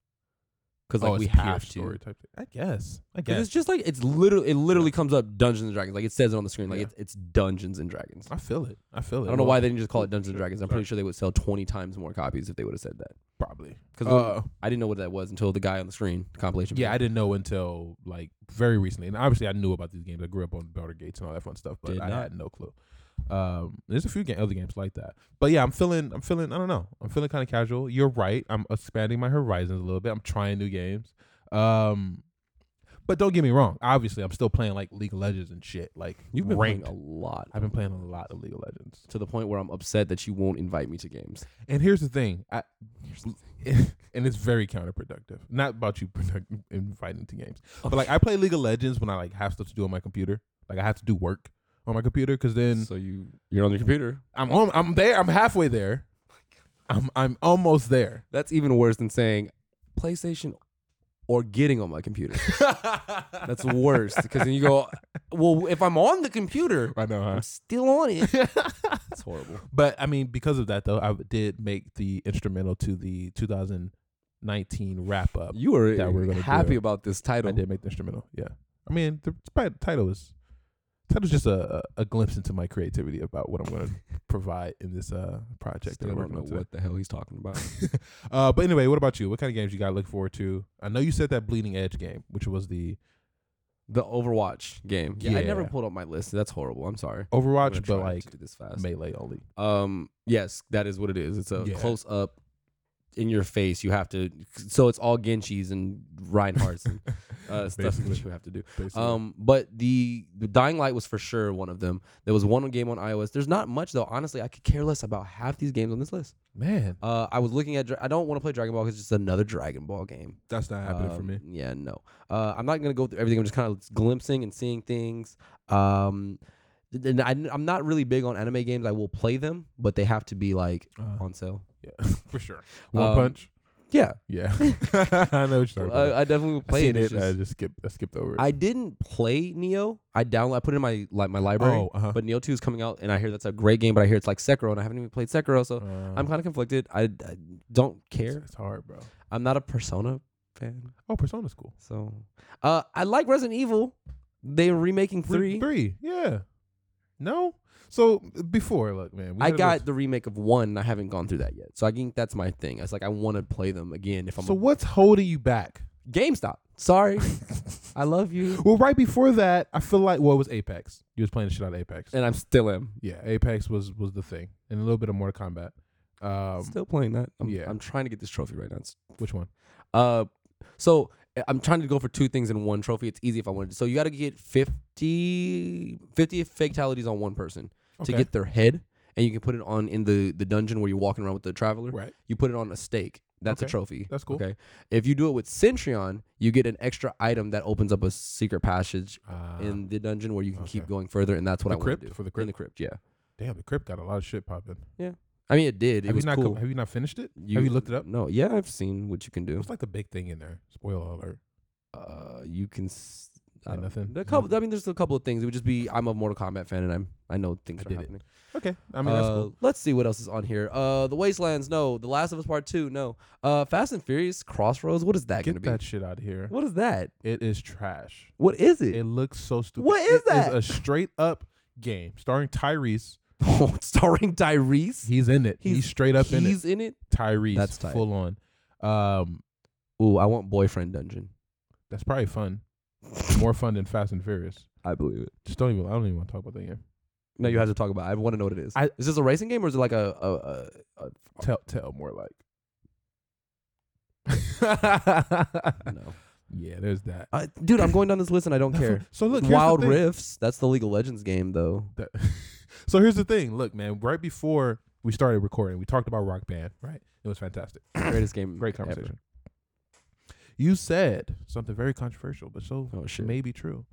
B: because like
A: oh, it's
B: we
A: pure
B: have to.
A: story type thing. I guess. I
B: 'Cause
A: guess.
B: It's just like it's literally it literally comes up Dungeons and Dragons like it says it on the screen like
A: Yeah.
B: it's, it's Dungeons and Dragons.
A: I feel it. I feel it.
B: I don't know
A: Well,
B: why they didn't just call it Dungeons and Dragons. I'm
A: Sorry.
B: pretty sure they would sell 20 times more copies if they would have said that.
A: probably
B: Because
A: Uh,
B: I didn't know what that was until the guy on the screen the compilation.
A: yeah, I
B: video.
A: didn't know until like very recently, and obviously I knew about these games. I grew up on Elder Gates and all that fun stuff, but
B: Did
A: I
B: not.
A: had no clue. Um, there's a few ga- other games like that, but yeah, I'm feeling, I'm feeling, I don't know, I'm feeling kind of casual. You're right. I'm expanding my horizons a little bit. I'm trying new games. Um, but don't get me wrong. Obviously, I'm still playing like League of Legends and shit. Like
B: you've been
A: ranked.
B: playing a lot
A: I've been playing a lot of League of Legends.
B: to the point where I'm upset that you won't invite me to games.
A: And here's the thing, I, *laughs* and it's very counterproductive. Not about you *laughs* product, inviting to games, but like I play League of Legends when I like have stuff to do on my computer. Like I have to do work on my computer because then
B: so you you're on your computer.
A: I'm on, I'm there, I'm halfway there, I'm I'm almost there.
B: That's even worse than saying PlayStation or getting on my computer. *laughs* That's worse because then you go, *laughs* well, if I'm on the computer,
A: I know, huh?
B: I'm still on it. That's horrible.
A: But I mean, because of that though, I did make the instrumental to the 2019 wrap up.
B: *laughs* You were
A: That we're gonna
B: happy
A: do.
B: about this title.
A: I did make the instrumental. Yeah. I mean, the the title is title's just a, a a glimpse into my creativity about what I'm
B: *laughs*
A: going to provide in this uh project.
B: Still
A: that I'm
B: don't
A: working
B: know
A: on today.
B: what the hell he's talking about.
A: Uh, but anyway, what about you? What kind of games you got to look forward to? I know you said that Bleeding Edge game, which was the
B: the Overwatch game. Yeah, I never
A: Yeah.
B: pulled up my list. That's horrible. I'm sorry. I'm gonna
A: Overwatch, but
B: try not
A: like
B: to do this fast.
A: melee only.
B: Um, yes, that is what it is. It's a
A: Yeah.
B: close up in your face. You have to. So it's all Genshis and
A: *laughs*
B: Reinhardts and *laughs* uh, stuff that
A: Basically.
B: you have to do.
A: Basically.
B: Um, but the, the Dying Light was for sure one of them. There was one game on iOS. There's not much though. Honestly, I could care less about half these games on this list.
A: man,
B: Uh, I was looking at. Dra- I don't want to play Dragon Ball 'cause it's just another Dragon Ball game.
A: that's not happening for
B: Um,
A: me.
B: Yeah, no. Uh, I'm not gonna go through everything. I'm just kind of glimpsing and seeing things. Um, th- and I, am not really big on anime games. I will play them, but they have to be like
A: Uh,
B: on sale.
A: yeah, *laughs* for sure. One
B: um,
A: Punch.
B: *laughs* Yeah,
A: Yeah, *laughs* I know what you're talking about.
B: I, I definitely will
A: I
B: play
A: seen
B: it.
A: it.
B: it's
A: I
B: just-
A: just skipped. I skipped over it.
B: I didn't play Neo. I download. I put it in my like my library.
A: Oh, uh-huh.
B: But Neo Two is coming out, and I hear that's a great game. But I hear it's like Sekiro, and I haven't even played Sekiro, so
A: Uh,
B: I'm kind of conflicted. I, I don't
A: it's,
B: care.
A: it's hard, bro.
B: I'm not a Persona fan.
A: Oh, Persona's cool.
B: So, uh, I like Resident Evil. They're remaking
A: Re-
B: three.
A: Three, yeah. No? So before, look, man. we
B: I
A: had a
B: got
A: list.
B: the remake of one. and I haven't gone through that yet, so I think that's my thing. It's like I want to play them again. If I'm
A: So
B: a-
A: what's holding you back?
B: GameStop, *laughs* sorry, I love you,
A: Well, right before that, I feel like well, it was Apex. You was playing the shit out of Apex.
B: and I'm still am
A: yeah, Apex was was the thing, and a little bit of Mortal Kombat. Um,
B: still playing that. I'm,
A: yeah.
B: I'm trying to get this trophy right now. It's,
A: which one?
B: uh, so I- I'm trying to go for two things in one trophy. It's easy if I wanted to. So you got to get 50, 50 fatalities on one person to
A: Okay.
B: get their head, and you can put it on in the the dungeon where you're walking around with the traveler.
A: Right.
B: You put it on a stake. That's a
A: Okay.
B: trophy.
A: That's cool.
B: Okay. If you do it with Centrion, you get an extra item that opens up a secret passage
A: Uh,
B: in the dungeon where you can keep
A: okay.
B: going further, and that's what
A: The
B: I want
A: crypt?
B: to do
A: For the
B: In the
A: crypt?
B: crypt, yeah.
A: damn, the crypt got a lot of shit popping.
B: I mean, it did. It
A: Have you
B: was
A: not? co-
B: cool.
A: have you not finished it? have you looked it up?
B: No. Yeah, I've seen what you can do.
A: What's like the big thing in there? Spoiler alert.
B: Uh, you can. S- I
A: Yeah,
B: don't know.
A: nothing.
B: There are couple. I mean, there's a couple of things. It would just be I'm a Mortal Kombat fan, and I'm I know
A: I
B: things are
A: did it.
B: happening.
A: Okay, I mean that's
B: Uh,
A: cool.
B: Let's see what else is on here. Uh, The Wastelands, no. The Last of Us Part Two, no. Uh, Fast and Furious Crossroads, what is that going to
A: Get
B: be?
A: that shit out of here.
B: What is that?
A: It is trash.
B: What is it?
A: It looks so stupid.
B: What is that?
A: It is a straight up game starring Tyrese.
B: *laughs* Starring Tyrese.
A: He's in it. He's,
B: He's-
A: straight up in it.
B: He's in it.
A: Tyrese,
B: That's tight.
A: full on. Um,
B: Ooh, I want Boyfriend Dungeon.
A: that's probably fun. More fun than Fast and Furious.
B: I believe it.
A: Just don't even. I don't even want to talk about that game.
B: No, you have to talk about. it. I want to know what it is.
A: I-
B: is this a racing game or is it like a a, a,
A: Tell, tell more like. *laughs*
B: a no?
A: yeah, there's that.
B: I, *laughs* dude, I'm going down this list and I don't care.
A: So *laughs* look, here's the
B: Wild
A: thing.
B: Rifts. That's the League of Legends game though.
A: that- *laughs* so here's the thing. Look, man. Right before we started recording, we talked about Rock Band. Right, it was fantastic.
B: Greatest game.
A: Great
B: ever.
A: conversation. You said something very controversial, but so
B: Oh shit.
A: maybe true.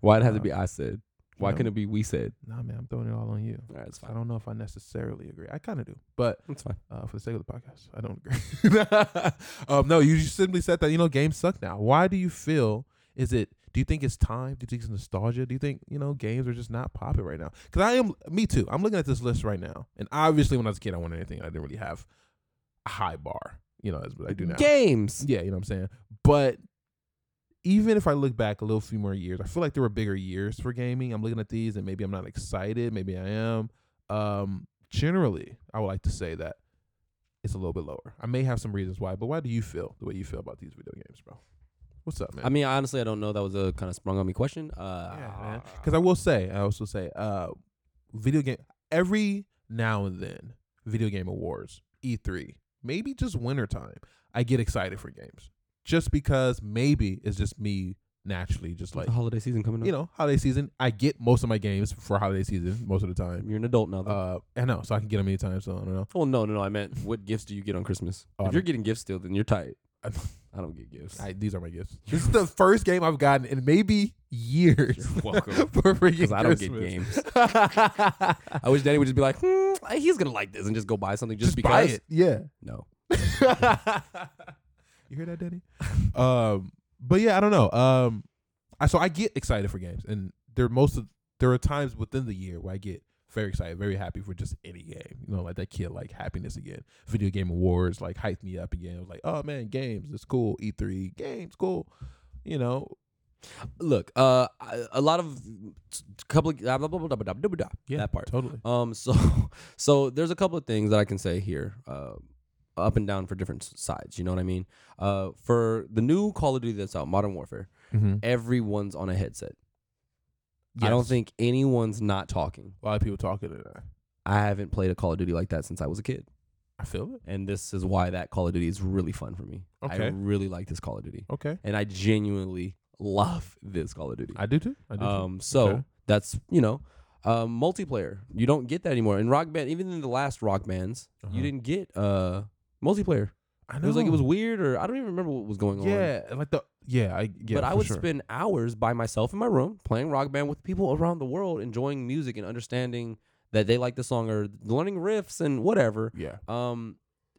B: Why'd it have to be I said? Why
A: No.
B: couldn't it be we said?
A: Nah, man. I'm throwing it all on you.
B: All right, it's
A: I
B: fine.
A: don't know if I necessarily agree. I kind of do, but
B: It's fine.
A: uh, for the sake of the podcast. I don't agree. *laughs* um, no, you just simply said that you know games suck now. Why do you feel? Is it? Do you think it's time? Do you think it's nostalgia? Do you think you know games are just not popping right now? Because I am, me too. I'm looking at this list right now, and obviously when I was a kid, I wanted anything. I didn't really have a high bar. you know, as what I do now.
B: Games.
A: Yeah, you know what I'm saying? But even if I look back a little few more years, I feel like there were bigger years for gaming. I'm looking at these and maybe I'm not excited, maybe I am. Um generally, I would like to say that it's a little bit lower. I may have some reasons why, but why do you feel the way you feel about these video games, bro? What's up, man?
B: I mean, honestly, I don't know. That was a kind of sprung on me question. Uh,
A: Because I will say, I also say, uh, video game every now and then, video game awards, E3, maybe just wintertime, I get excited for games just because maybe it's just me naturally, just like
B: the holiday season coming up.
A: you know, holiday season. I get most of my games for holiday season most of the time.
B: you're an adult now. Though.
A: Uh, I know, so I can get them anytime. So I don't know. *laughs*
B: well, no, no, no. I meant, what gifts do you get on Christmas?
A: Oh, I
B: if you're
A: don't-
B: getting gifts still, then you're tight.
A: I-
B: I don't get gifts. *laughs*
A: I, these are my gifts. This is the first game I've gotten in maybe years.
B: You're welcome.
A: *laughs* for freaking
B: Because I don't get
A: Christmas.
B: games. *laughs* I wish Danny would just be like, hmm, he's gonna like this, and just go buy something just, because.
A: buy it. Yeah.
B: *laughs* No,
A: you hear that, Danny? *laughs* um, but yeah, I don't know. Um, I so I get excited for games, and there are most of there are times within the year where I get very excited, very happy for just any game. You know, like that kid, like happiness again. Video game awards like hyped me up again. I was like, oh man, games, it's cool. E three games, cool. You know,
B: look, uh, I- a lot of couple of blah, blah, blah, blah, blah, blah, blah, that part.
A: totally.
B: Um, so *laughs* so there's a couple of things that I can say here, uh, up and down for different s- sides. You know what I mean? Uh, for the new Call of Duty that's out, Modern Warfare,
A: Mm-hmm.
B: everyone's on a headset. I don't think anyone's not talking.
A: a lot of people talking to that.
B: I haven't played a Call of Duty like that since I was a kid,
A: I feel it.
B: and this is why that Call of Duty is really fun for me. I
A: Okay.
B: really like this Call of Duty.
A: Okay,
B: and I genuinely love this Call of Duty.
A: I do too. I do. too.
B: Um, so
A: Okay.
B: that's you know, um, multiplayer. You don't get that anymore. In Rock Band, even in the last Rock Bands,
A: Uh-huh.
B: you didn't get uh multiplayer.
A: I
B: It was like it
A: know.
B: was weird, or I don't even remember what was going on.
A: Yeah, like the yeah, I yeah.
B: but I
A: for
B: would
A: sure.
B: spend hours by myself in my room playing Rock Band with people around the world, enjoying music and understanding that they like the song or learning riffs and whatever.
A: Yeah.
B: Um,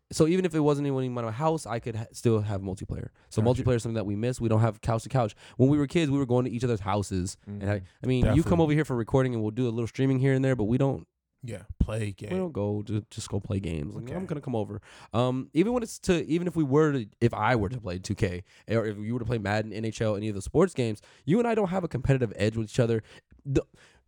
B: so even if it wasn't anyone in my house, I could ha- still have multiplayer. So
A: Gotcha.
B: multiplayer is something that we miss. We don't have couch to couch. When we were kids, we were going to each other's houses. And I, I mean, you come
A: Definitely.
B: over here for recording, and we'll do a little streaming here and there, but we don't.
A: Yeah, play game.
B: We don't go to just go play games. Like, I'm
A: Okay.
B: gonna come over. Um, even when it's to even if we were to if I were to play 2K or if you were to play Madden, NHL, any of the sports games, you and I don't have a competitive edge with each other. The,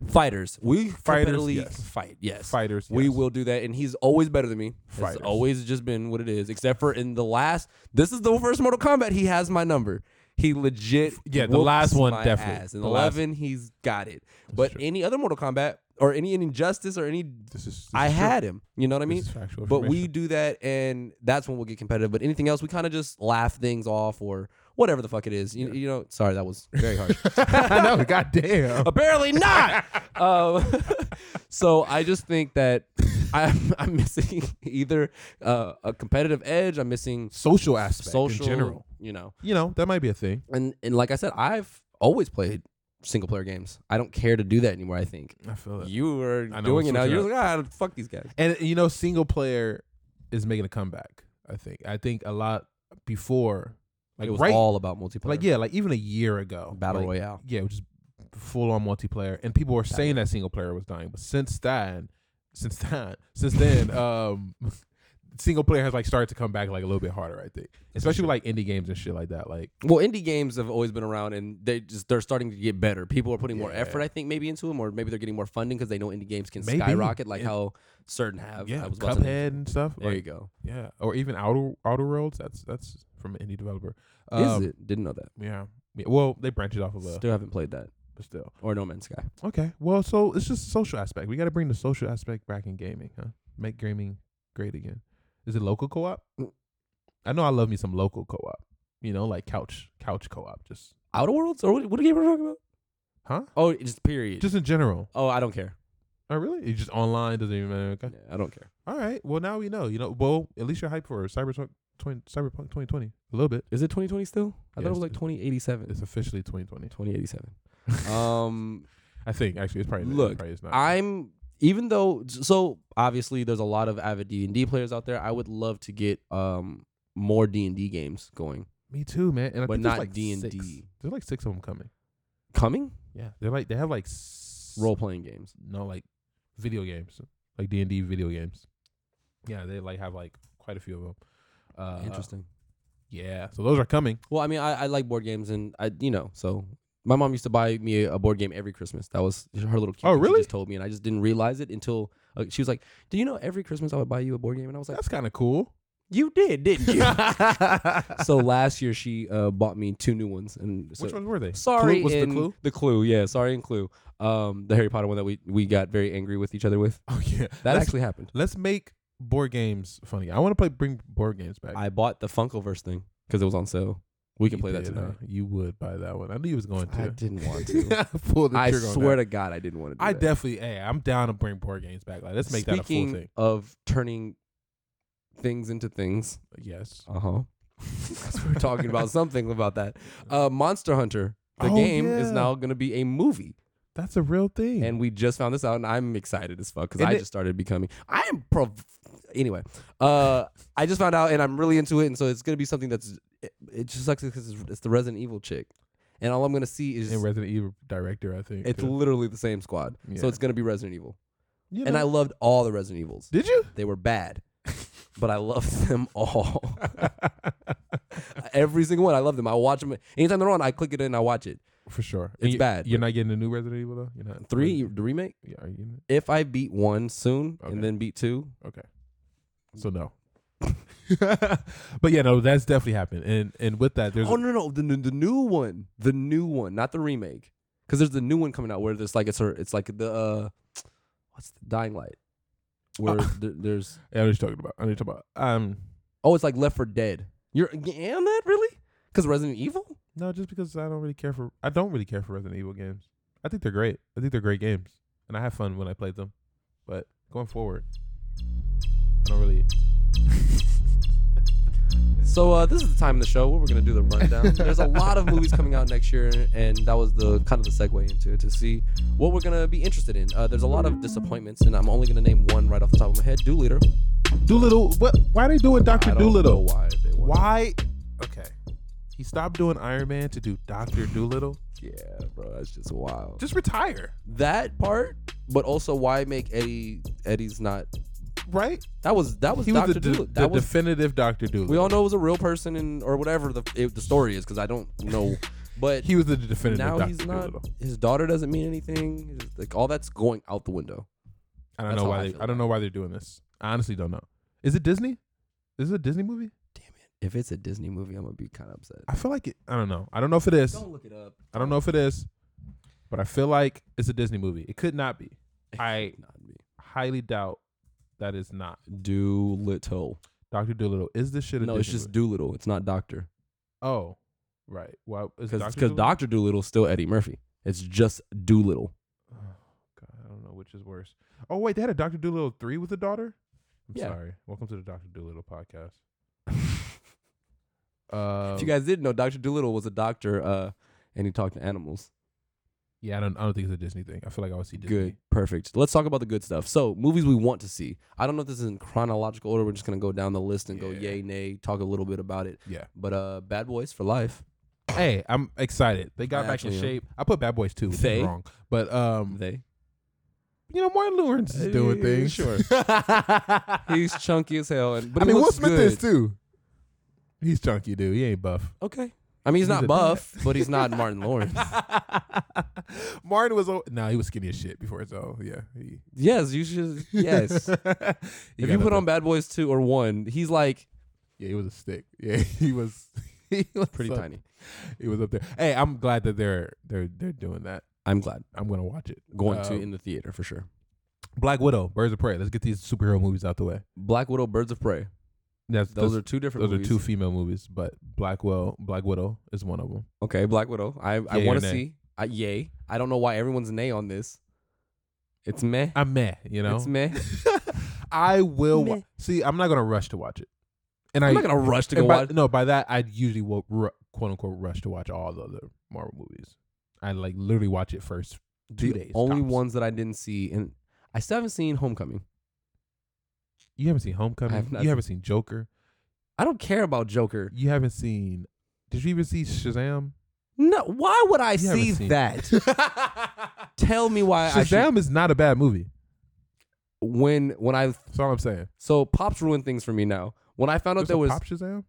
B: fighters, we
A: Fighters,
B: competitively
A: yes.
B: fight. Yes,
A: Fighters.
B: we
A: yes.
B: will do that, and he's always better than me.
A: Fighters.
B: It's always just been what it is, except for in the last. This is the first Mortal Kombat. He has my number. He legit.
A: Yeah, the
B: whoops
A: last one,
B: my
A: definitely.
B: ass. In
A: The last-
B: eleven, he's got it. But
A: true.
B: any other Mortal Kombat or any injustice or any,
A: This is. This
B: I
A: is true.
B: had him. You know what I
A: This
B: mean?
A: is factual
B: But we
A: information.
B: do that, and that's when we'll get competitive. But anything else, we kind of just laugh things off or whatever the fuck it is. You, you know. Sorry, that was very *laughs* harsh.
A: *laughs* I know. Goddamn.
B: Apparently *laughs* not. um, so I just think that *laughs* I'm, I'm missing *laughs* either uh, a competitive edge. I'm missing
A: Social aspect
B: social,
A: in general.
B: you know.
A: You know that might be a thing.
B: And and like I said, I've always played single player games. I don't care to do that anymore. I think
A: I feel it.
B: you were
A: I know,
B: doing it now.
A: switch it
B: You're like, ah, fuck these guys.
A: And you know, single player is making a comeback. I think. I think a lot before, like
B: it was
A: right,
B: all about multiplayer,
A: like yeah, like even a year ago,
B: battle
A: like,
B: royale.
A: yeah, which is full on multiplayer. And people were saying that single player was dying, but since then, since then, since
B: *laughs*
A: then, um, single player has like started to come back like a little bit harder. I think, especially with, like indie games and shit like that. Like,
B: Well, indie games have always been around, and they just they're starting to get better. People are putting more
A: Yeah.
B: effort, I think, maybe into them, or maybe they're getting more funding because they know indie games can
A: Maybe.
B: skyrocket, like
A: And-
B: how certain have.
A: yeah,
B: I was about to name-
A: Cuphead and stuff.
B: There you
A: Like,
B: go.
A: yeah, or even Outer Outer Worlds. That's that's from an indie developer. Um,
B: Is it? Didn't know that.
A: Yeah. Yeah, well, they branch it off of a,
B: Still haven't played that
A: but still.
B: or No Man's Sky.
A: Okay, well, so it's just social aspect. We got to bring the social aspect back in gaming, huh? Make gaming great again. Is it local co-op?
B: Mm.
A: I know I love me some local co-op. You know, like couch couch co-op, just
B: Outer Worlds or what, what game are we talking about?
A: huh?
B: Oh, just period.
A: Just in general.
B: oh, I don't care.
A: Oh, really? It's just online doesn't even matter. Okay.
B: Yeah, I don't care.
A: All right. Well, now we know. You know. Well, at least you're hyped for Cyberpunk 20, Cyberpunk 2020 a little bit.
B: Is it 2020 still? I
A: Yeah,
B: thought it
A: it's-
B: was like 2087.
A: It's officially 2020.
B: 2087. um,
A: I think actually it's probably
B: Look,
A: It's probably it's not.
B: I'm even though so obviously there's a lot of avid D and D players out there. I would love to get um more D and D games going.
A: me too, man. And I
B: but
A: think there's
B: not
A: like
B: D&D.
A: six. There's like six of them coming.
B: Coming
A: Yeah, they're like they have like s-
B: role playing games.
A: no like video games like d&d video games yeah they like have like quite a few of them Uh,
B: Interesting.
A: Yeah. So those are coming.
B: Well, I mean, I, I like board games, and I you know, so my mom used to buy me a board game every Christmas. That was her little kid.
A: Oh,
B: She
A: really?
B: just told me, and I just didn't realize it until uh, she was like, "Do you know every Christmas I would buy you a board game?" And I was like,
A: That's kind of
B: *laughs*
A: cool.
B: "You did, didn't
A: *laughs*
B: you?" so last year she uh, bought me two new ones, and so,
A: Which ones were they?
B: Sorry,
A: Clue was the
B: and-
A: clue?
B: The clue, yeah. Sorry and clue. Um, the Harry Potter one that we we got very angry with each other with. *laughs*
A: Oh yeah.
B: That
A: let's,
B: actually happened.
A: Let's make board games funny. I want to play bring board games back.
B: I bought the Funkoverse thing because it was on sale. We can
A: You
B: play that
A: did, huh?
B: tonight.
A: You would buy that one. I knew you was going
B: I
A: to.
B: didn't
A: *laughs*
B: want to.
A: Pull the
B: I
A: trigger on
B: swear
A: that.
B: to God, I didn't want to. Do
A: I
B: that.
A: definitely. Hey, I'm down to bring board games back. Like, let's make that a full
B: Speaking
A: thing.
B: of turning things into things. *laughs*
A: Yes.
B: Uh huh. We're talking *laughs* about something about that. Uh, Monster Hunter, the
A: Oh,
B: game, is
A: yeah.
B: now going to be a movie,
A: *laughs* That's a real thing.
B: and we just found this out, and I'm excited as fuck because
A: Hmm. And
B: I
A: it-
B: just started becoming. I am pro. Anyway, uh, I just found out, and I'm really into it, and so it's going to be something that's. It, it just sucks because it's, it's the Resident Evil chick, and all I'm going to see is
A: and Resident Evil director, I think.
B: it's
A: too.
B: literally the same squad,
A: Yeah.
B: so it's going to be Resident Evil,
A: You
B: and I
A: know.
B: loved all the Resident Evils.
A: did
B: *laughs*
A: you?
B: They were bad, but I loved *laughs* them all. Every single one. I love them. I watch them. Anytime they're on, I click it in. I watch it.
A: For sure.
B: It's
A: you-
B: bad,
A: You're not getting the new Resident Evil though. You're not
B: Three, you- the remake.
A: Yeah, are you getting it?
B: If I beat one soon
A: Okay.
B: and then beat two,
A: Okay. So no. *laughs* but yeah, no, that's definitely happened. And and with that, there's
B: oh no, no, the, n- the new one, the new one, not the remake, because there's the new one coming out where there's like it's her, it's like the uh, what's the Dying Light, where
A: Uh.
B: th- there's
A: I know what you're talking about. I know what you're talking about. Um,
B: oh, it's like Left for Dead. You're yeah, that really? Because Resident Evil.
A: no, just because I don't really care for I don't really care for Resident Evil games. I think they're great. I think they're great games, and I have fun when I play them. But going forward, I don't really.
B: So uh, this is the time of the show where we're gonna do
A: *laughs*
B: the rundown. There's a lot of movies coming out next year, and that was the kind of the segue into it to see what we're gonna be interested in. Uh, there's a lot of disappointments, and I'm only gonna name one right off the top of my head: Doolittle.
A: Doolittle, what? Why are they doing
B: I
A: Doctor
B: don't
A: Doolittle?
B: know why they wanted-
A: Why? Okay, he stopped doing Iron Man to do Doctor Doolittle.
B: Yeah, bro, that's just wild.
A: Just retire,
B: that part, but also why make Eddie Eddie's not?
A: right?
B: That was that was
A: He was
B: Doctor
A: the, de-
B: Doolittle.
A: the
B: That was
A: definitive Doctor Doolittle.
B: we all know it was a real person and or whatever the it, the story is because I don't
A: *laughs*
B: know, but
A: he was the definitive
B: now
A: Doctor
B: he's not.
A: Doolittle.
B: His daughter doesn't mean anything. It's Like all that's going out the window.
A: I don't
B: That's
A: know
B: how
A: why
B: I
A: they.
B: feel
A: I don't
B: about
A: know why they're doing this. I honestly don't know. Is it Disney? Is it a Disney movie?
B: Damn it! If it's a Disney movie, I'm gonna be kind of upset.
A: I feel like it. I don't know. I don't know if it is.
B: look it up.
A: I don't know if it is, but I feel like it's a Disney movie. It could not be. I
B: Not me.
A: highly doubt that it's not.
B: Doolittle.
A: Doctor Doolittle is this shit a
B: No,
A: Disney
B: it's just
A: movie?
B: Doolittle. It's not Doctor.
A: oh, right. Why is
B: Because
A: Doctor
B: because Doctor Doolittle's still Eddie Murphy. It's just Doolittle.
A: Oh, *sighs* God, I don't know which is worse. Oh wait, they had a Doctor Doolittle three with a daughter. I'm
B: Yeah.
A: sorry. Welcome to the Doctor Doolittle podcast.
B: *laughs*
A: Um, Uh, Oh.
B: If you guys didn't know, Doctor Doolittle was a doctor, uh, and he talked to animals.
A: yeah, I don't. I don't think it's a Disney thing. I feel like I would see Disney.
B: Good, perfect. Let's talk about the good stuff. So, movies we want to see. I don't know if this is in chronological order. We're just gonna go down the list and go
A: Yeah.
B: yay, nay, talk a little bit about it.
A: Yeah.
B: But uh, Bad Boys for Life.
A: Hey, I'm excited. They got back
B: I
A: in
B: actually am.
A: shape. I put Bad Boys too. which is
B: They?
A: wrong, but um,
B: They.
A: you know, Martin Lawrence is doing
B: Uh,
A: things. *laughs*
B: sure. *laughs*
A: I
B: He's chunky as hell, and but he
A: mean, Will
B: looks
A: Smith
B: good.
A: is too. He's chunky, dude. He ain't buff.
B: Okay. I mean, he's,
A: He's
B: not
A: a
B: buff, but he's not
A: *laughs*
B: Martin Lawrence.
A: Martin was no, nah, he was skinny as shit before his own. Yeah, he,
B: yes, you should.
A: *laughs*
B: Yes.
A: He
B: if
A: got
B: you put
A: nothing.
B: on Bad Boys two or one, he's like
A: yeah, he was a stick. Yeah, *laughs* he was. He *laughs* was
B: pretty
A: up-
B: tiny.
A: He was up there. Hey, I'm glad that they're they're they're doing that.
B: I'm glad
A: I'm gonna watch it.
B: going to
A: Um,
B: in the theater for sure.
A: Black Widow, Birds of Prey. Let's get these superhero movies out the way.
B: Black Widow, Birds of Prey.
A: That's
B: Those,
A: that's-
B: are two different.
A: those
B: movies.
A: are two female movies, but Black Widow, Black Widow is one of them.
B: Okay, Black Widow. I I
A: Yay or
B: want to
A: nay?
B: see. I, yay! I don't know why everyone's nay on this. It's meh.
A: I'm meh, you know.
B: It's meh.
A: I will wa-
B: Meh.
A: see. I'm not gonna rush to watch it, and
B: I'm
A: I
B: not gonna rush to go
A: and by,
B: watch.
A: No, by that I usually will ru- quote unquote rush to watch all the other Marvel movies. I like literally watch it first *laughs* two
B: the
A: days.
B: only
A: tops.
B: ones that I didn't see, and I still haven't seen Homecoming.
A: You haven't seen Homecoming.
B: I have not
A: you haven't seen Joker.
B: I don't care about Joker.
A: You haven't seen. Did you even see Shazam?
B: No, why would I
A: haven't
B: see
A: seen-
B: that?
A: *laughs*
B: Tell me why I should.
A: Shazam is not a bad movie.
B: When when I
A: That's all I'm saying.
B: so pops ruined things for me now. When I found
A: There's
B: out there
A: a
B: was,
A: Pop Shazam.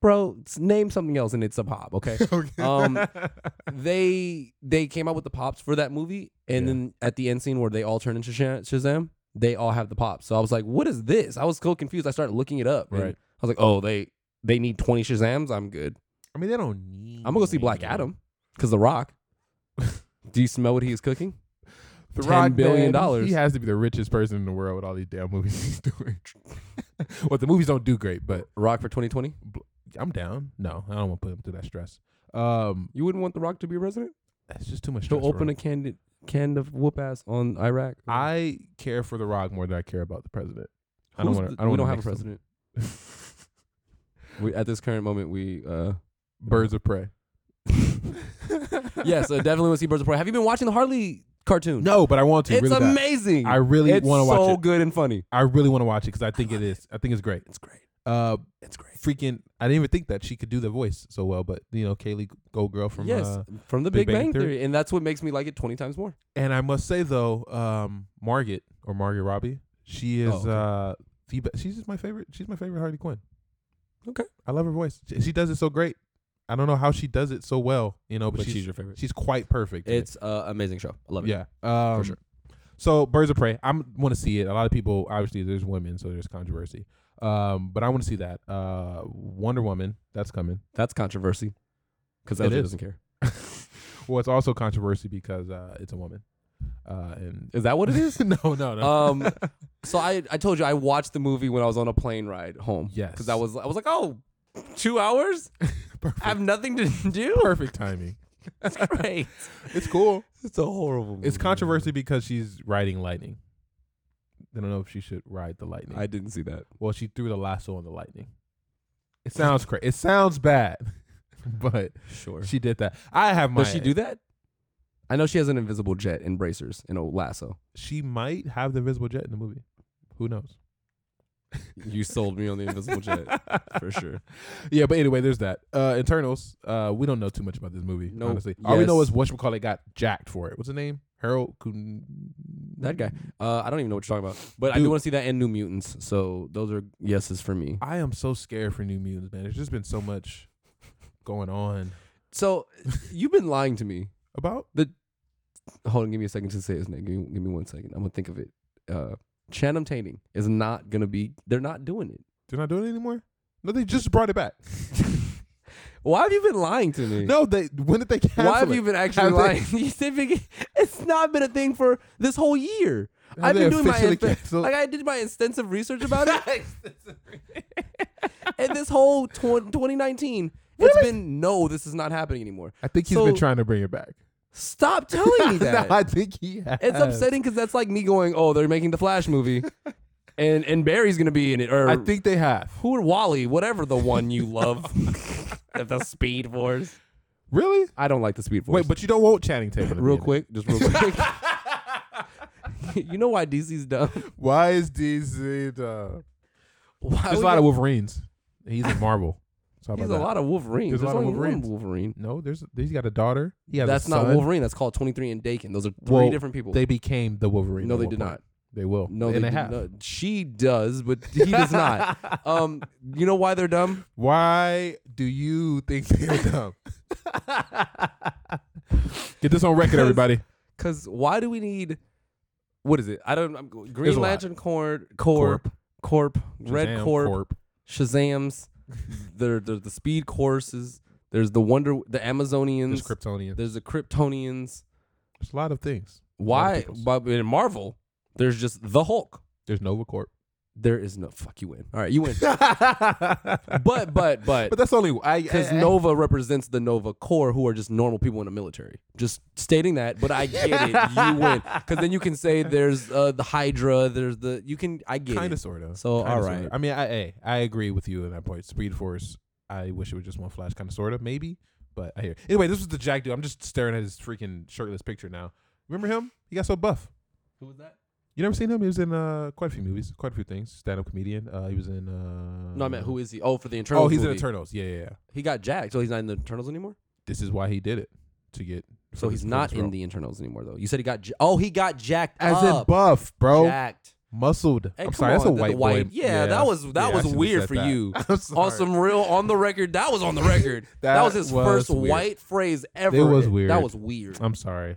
B: bro, s- name something else and it's a pop, *laughs* okay?
A: *laughs* Okay.
B: Um, they they came out with the pops for that movie, and
A: Yeah.
B: then at the end scene where they all turn into Sha- Shazam, they all have the pops. So I was like, "What is this?" I was so confused. I started looking it up. and
A: Right.
B: I was like, "Oh, they they need twenty Shazams. I'm good.
A: I mean, they don't need.
B: I'm gonna go see Black
A: many.
B: Adam because The Rock. *laughs* Do you smell what he is cooking?
A: The
B: $10
A: Rock
B: billion
A: man, he-
B: dollars.
A: He has to be the richest person in the world with all these damn movies *laughs* he's doing. well, the movies don't do great, but
B: Rock for 2020.
A: I'm down. No, I don't want to put him through that stress. Um,
B: You wouldn't want The Rock to be president.
A: that's just too much.
B: He'll
A: stress for
B: open a
A: him.
B: can can of whoop ass on Iraq.
A: I care for the Rock more than I care about the president. I don't
B: Who's
A: want.
B: the-
A: I don't
B: we
A: wanna
B: don't have a
A: mix them.
B: president. We, at this current moment, we uh
A: *laughs*
B: *laughs*
A: Birds of prey.
B: yes,
A: *laughs*
B: I definitely want to see Birds of Prey. Have you been watching the Harley cartoon?
A: No, but I want to.
B: it's
A: really bad.
B: amazing.
A: I really
B: it's
A: want to watch
B: so
A: it.
B: good and funny.
A: I really want to watch it because I think it
B: love
A: is. I think it's great.
B: It's great.
A: Uh,
B: It's great.
A: freaking! I didn't even think that she could do the voice so well, but you know, Kaylee Gold Girl from
B: yes,
A: uh,
B: from the Big,
A: Big
B: Bang,
A: Bang
B: Theory.
A: Theory.
B: and that's what makes me like it twenty times more.
A: And I must say though, um, Margaret or Margaret Robbie, she is
B: Oh, okay.
A: uh, the be- she's just my favorite. She's my favorite Harley Quinn.
B: Okay.
A: I love her voice. She, she does it so great. I don't know how she does it so well, you know, but, she's she's,
B: your favorite.
A: quite perfect. in it.
B: It's uh, amazing show. I love it.
A: yeah, um,
B: sure.
A: So Birds of Prey, I am want to see it. A lot of people, obviously, there's women, so there's controversy. Um, but I want to see that. Uh, Wonder Woman, that's coming.
B: That's controversy because
A: It
B: LJ
A: is.
B: doesn't care. *laughs*
A: Well, it's also controversy because uh, it's a woman. Uh, and
B: Is that what it is?
A: *laughs* no, no, no.
B: um, so I I told you I watched the movie when I was on a plane ride home.
A: *laughs* yes,
B: because I was I was like, oh, two hours?
A: perfect,
B: I have nothing to *laughs* do.
A: perfect timing.
B: It's great.
A: It's cool.
B: it's a horrible.
A: It's controversy because she's riding lightning. I don't know if she should ride the lightning.
B: I didn't see that.
A: well, she threw the lasso on the lightning. It sounds crazy. It sounds bad, *laughs*
B: *laughs*
A: but
B: Sure.
A: she did that. I have my.
B: Does she do that? I know she has an invisible jet and bracers and a lasso.
A: She might have the invisible jet in the movie. Who knows?
B: You sold me on the
A: *laughs*
B: invisible jet for sure.
A: Yeah, but anyway, there's that. Uh Internals. Uh, we don't know too much about this movie.
B: No.
A: honestly, all we know
B: Yes.
A: is what call it got jacked for it. What's the name? Harold. Kun-
B: That guy. Uh, I don't even know what you're talking about, but I do
A: Dude.
B: want to see that and New Mutants. So those are yeses for me.
A: I am so scared for New Mutants, man. There's just been so much going on
B: So you've been lying to me.
A: about.
B: Hold on, give me a second to say his name. Give me, give me one second. I'm gonna think of it. Uh, Channing Tating is not gonna be. They're not doing it.
A: They're not doing it anymore. No, they just brought it
B: *laughs*
A: back.
B: Why have you been lying to me?
A: no, they. When did they cancel
B: Why have
A: it?
B: you been actually
A: Have
B: lying? *laughs* You said big- it's not been a thing for this whole year.
A: Have
B: I've
A: they
B: been doing my
A: officially
B: inf-
A: canceled?
B: like I did my extensive research about *laughs* it, and this whole tw- 2019, it's been no, this is not happening anymore.
A: I think he's
B: So-
A: been trying to bring it back.
B: Stop *laughs* telling
A: *laughs*
B: me
A: no,
B: that.
A: I think he. Has.
B: it's upsetting because that's like me going, oh, they're making the Flash movie, and and Barry's gonna be in it, or
A: I think they have.
B: who or Wally, whatever the one you *laughs* love, the Speed Force.
A: Really?
B: I don't like the Speed Force.
A: Wait, but you don't want Channing Tatum. to be
B: real
A: in it.
B: quick, just real *laughs* quick. you know why DC's dumb?
A: Why is DC the?
B: Why
A: There's a
B: would
A: lot
B: you-
A: of Wolverines. He's in Marvel. So how
B: He's
A: about
B: a
A: that?
B: lot of Wolverine.
A: There's a lot of
B: only one
A: Wolverines.
B: Wolverine.
A: No, there's he's got a daughter. He has a
B: That's not
A: son.
B: Wolverine. That's called 23 and Dakin. Those are three
A: Well,
B: different people.
A: They became the Wolverine.
B: no,
A: at
B: they
A: one
B: did
A: point.
B: not.
A: They will.
B: No,
A: and
B: they, did
A: have.
B: not. She does, but he
A: *laughs*
B: does not. um, you know why they're dumb?
A: Why do you think they're dumb? *laughs* Get this on record, everybody.
B: Because why do we need? What is it? I don't. I'm, Green
A: There's a lot.
B: Lantern Corp, Corp, Corp, Red
A: Shazam,
B: Corp,
A: *laughs*
B: Shazams. there, there's the Speed Courses. There's the Wonder, the
A: There's
B: Amazonians.
A: Kryptonian.
B: There's the Kryptonians.
A: There's a lot of things. lot
B: Why?
A: of peoples.
B: But in Marvel, there's just the Hulk.
A: There's Nova Corp.
B: There is no fuck. You win. All right, you win.
A: but eh, *laughs*
B: but but but
A: that's only I
B: because
A: I- I-
B: Nova represents the Nova Corps, who are just normal people in the military. Just stating that. But I get it.
A: *laughs*
B: You win. Because then you can say there's uh, the Hydra. There's the you can. I get
A: kind
B: it.
A: of sort of.
B: So, all right.
A: I mean, I hey, I agree with you on that point. Speed Force. I wish it was just one flash, kind of sort of maybe, but I hear. Anyway, this was the Jack dude. I'm just staring at his freaking shirtless picture now. Remember him? He got so buff.
B: Who was that?
A: You never seen him? He was in uh, quite a few movies, quite a few things. Stand up comedian. Uh, he was in. Uh,
B: No, I meant who is he? Oh, for the Eternals.
A: Oh, he's in
B: movie.
A: Eternals. Yeah, yeah, yeah.
B: He got jacked, so he's not in the Eternals anymore.
A: This is why he did it to get.
B: So
A: for
B: he's
A: this- for
B: not
A: this
B: in
A: role.
B: the Eternals anymore, though. You said he got. J- oh, he got jacked
A: As
B: up.
A: in buff, bro.
B: Jacked.
A: muscled.
B: Hey,
A: I'm
B: come
A: sorry, that's a
B: on, the- the
A: white, boy.
B: Yeah, that was that
A: Yeah, I
B: was
A: should've
B: weird
A: said
B: for
A: that.
B: you.
A: *laughs* I'm sorry.
B: On some real on the record, that was
A: *laughs*
B: on the record. that,
A: That
B: was his
A: was
B: first
A: weird.
B: white phrase ever.
A: was
B: That
A: weird.
B: was weird.
A: I'm sorry.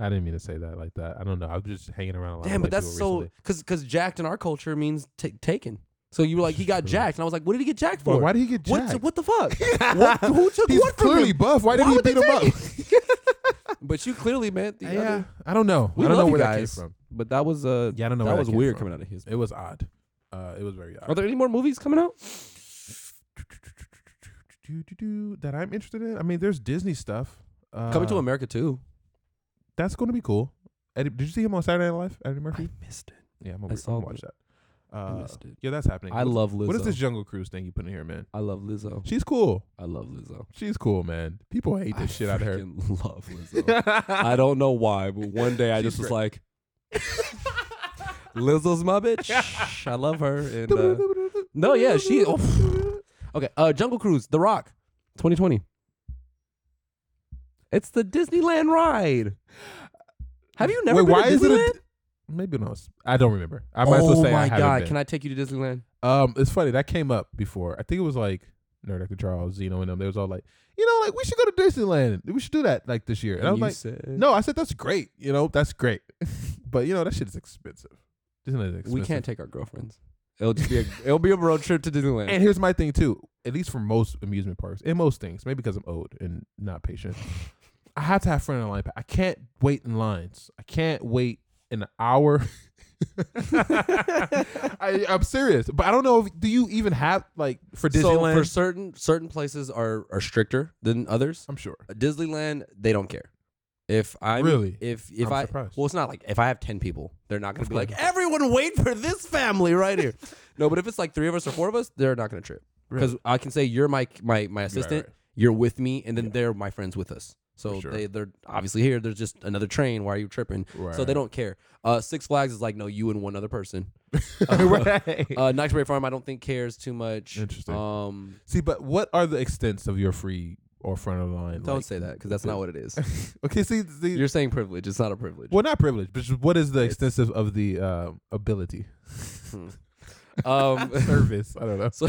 A: I didn't mean to say that like that. I don't know. I'm just hanging around a lot.
B: Damn,
A: of white
B: but that's
A: people
B: so
A: recently.
B: because because jacked in our culture means ta taken. So you were like, he got
A: True.
B: jacked, and I was like, what did he get jacked
A: But
B: for?
A: why did he get
B: What,
A: jacked?
B: what the fuck? what,
A: *laughs*
B: who took
A: He's
B: what from
A: clearly
B: him?
A: buff. Why did
B: Why
A: he
B: would they
A: beat him up?
B: take *laughs*
A: *laughs*
B: But you clearly meant the
A: yeah,
B: other.
A: I don't know.
B: We
A: I don't know
B: love you
A: where
B: guys,
A: that came from.
B: but that was uh,
A: Yeah, I don't know.
B: that
A: where
B: was
A: came
B: weird
A: from.
B: coming out of his.
A: It was odd. Uh, it was very odd.
B: Are there any more movies coming out?
A: that I'm interested in. I mean, there's Disney stuff uh,
B: Coming to America too.
A: That's going to be cool. Eddie, did you see him on Saturday Night Live? Eddie Murphy.
B: missed it.
A: Yeah, I'm
B: I
A: gonna, I'm
B: saw
A: gonna watch that.
B: that.
A: Uh,
B: missed it.
A: yeah, that's happening.
B: I
A: What's-
B: love Lizzo.
A: What is this Jungle Cruise thing you put in here, man?
B: I love Lizzo.
A: She's cool.
B: I love Lizzo.
A: She's cool, man. People hate the
B: I
A: shit out of her.
B: freaking *laughs* Love Lizzo.
A: *laughs*
B: I don't know why, but one day I
A: She's
B: just was
A: great.
B: like,
A: *laughs*
B: Lizzo's my bitch. I love her. And, uh, no, yeah, she. oh, okay, uh, Jungle Cruise, The Rock, 2020. It's the Disneyland ride. Have you never
A: Wait,
B: been
A: why
B: to
A: is it a
B: Disneyland?
A: di- Maybe not. I don't remember. I might as well
B: oh
A: say
B: my
A: I haven't
B: god!
A: been.
B: Can I take you to Disneyland?
A: Um, it's funny that came up before. I think it was like Nerd Dr. Charles, Zeno, and them. They was all like, you know, like we should go to Disneyland. We should do that like this year. And, I was
B: you
A: like,
B: said-
A: no, I said that's great. You know, that's great. *laughs* but you know, that shit is expensive. Disneyland is expensive.
B: we can't take our girlfriends. It'll just be a *laughs* it'll be a road trip to Disneyland.
A: And here's my thing too. At least for most amusement parks and most things, maybe because I'm old and not patient, I have to have front of the line. pa- I can't wait in lines. I can't wait an hour. *laughs* I, I'm serious, but I don't know. if Do you even have like for Disneyland?
B: So for certain certain places are are stricter than others.
A: I'm sure.
B: Disneyland, they don't care. If I'm
A: Really?
B: if if
A: I'm
B: i
A: surprised.
B: well, it's not like if I have ten people, they're not gonna
A: Of
B: be like
A: course.
B: everyone wait for this family
A: *laughs*
B: right here. no, but if it's like three of us or four of us, they're not gonna trip because I can say you're my my my assistant,
A: right.
B: you're with me, and then
A: Yeah.
B: they're my friends with us. So
A: sure.
B: they they're obviously here. There's just another train. Why are you tripping? So they
A: Right.
B: don't care. Uh, Six Flags is like no, you and one other person.
A: *laughs*
B: *laughs*
A: right.
B: Uh, Knoxbury Farm, I don't think cares too much.
A: Interesting.
B: Um,
A: See, but what are the extents of your free or front of the line?
B: Don't
A: like-
B: say that because that's not what
A: *laughs*
B: it is.
A: Okay, see, see
B: You're saying privilege. It's not a privilege.
A: well, not privilege, but just what is the extensive of the uh,
B: *laughs*
A: ability
B: Um,
A: *laughs*
B: *laughs*
A: service? I don't know.
B: so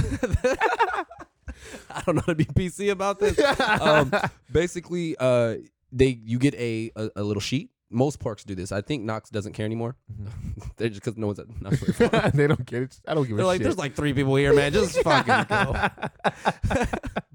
B: I don't know how to be PC about this. Um, basically, uh, they you get a, a a little sheet. Most parks do this. I think Knox doesn't care anymore. *laughs* They're just because no one's at Knox. *laughs* They're
A: *laughs* they don't get it. I don't give a
B: Mm-hmm. like,
A: shit.
B: there's like three people here, man.
A: *laughs*
B: *laughs* Just fucking go.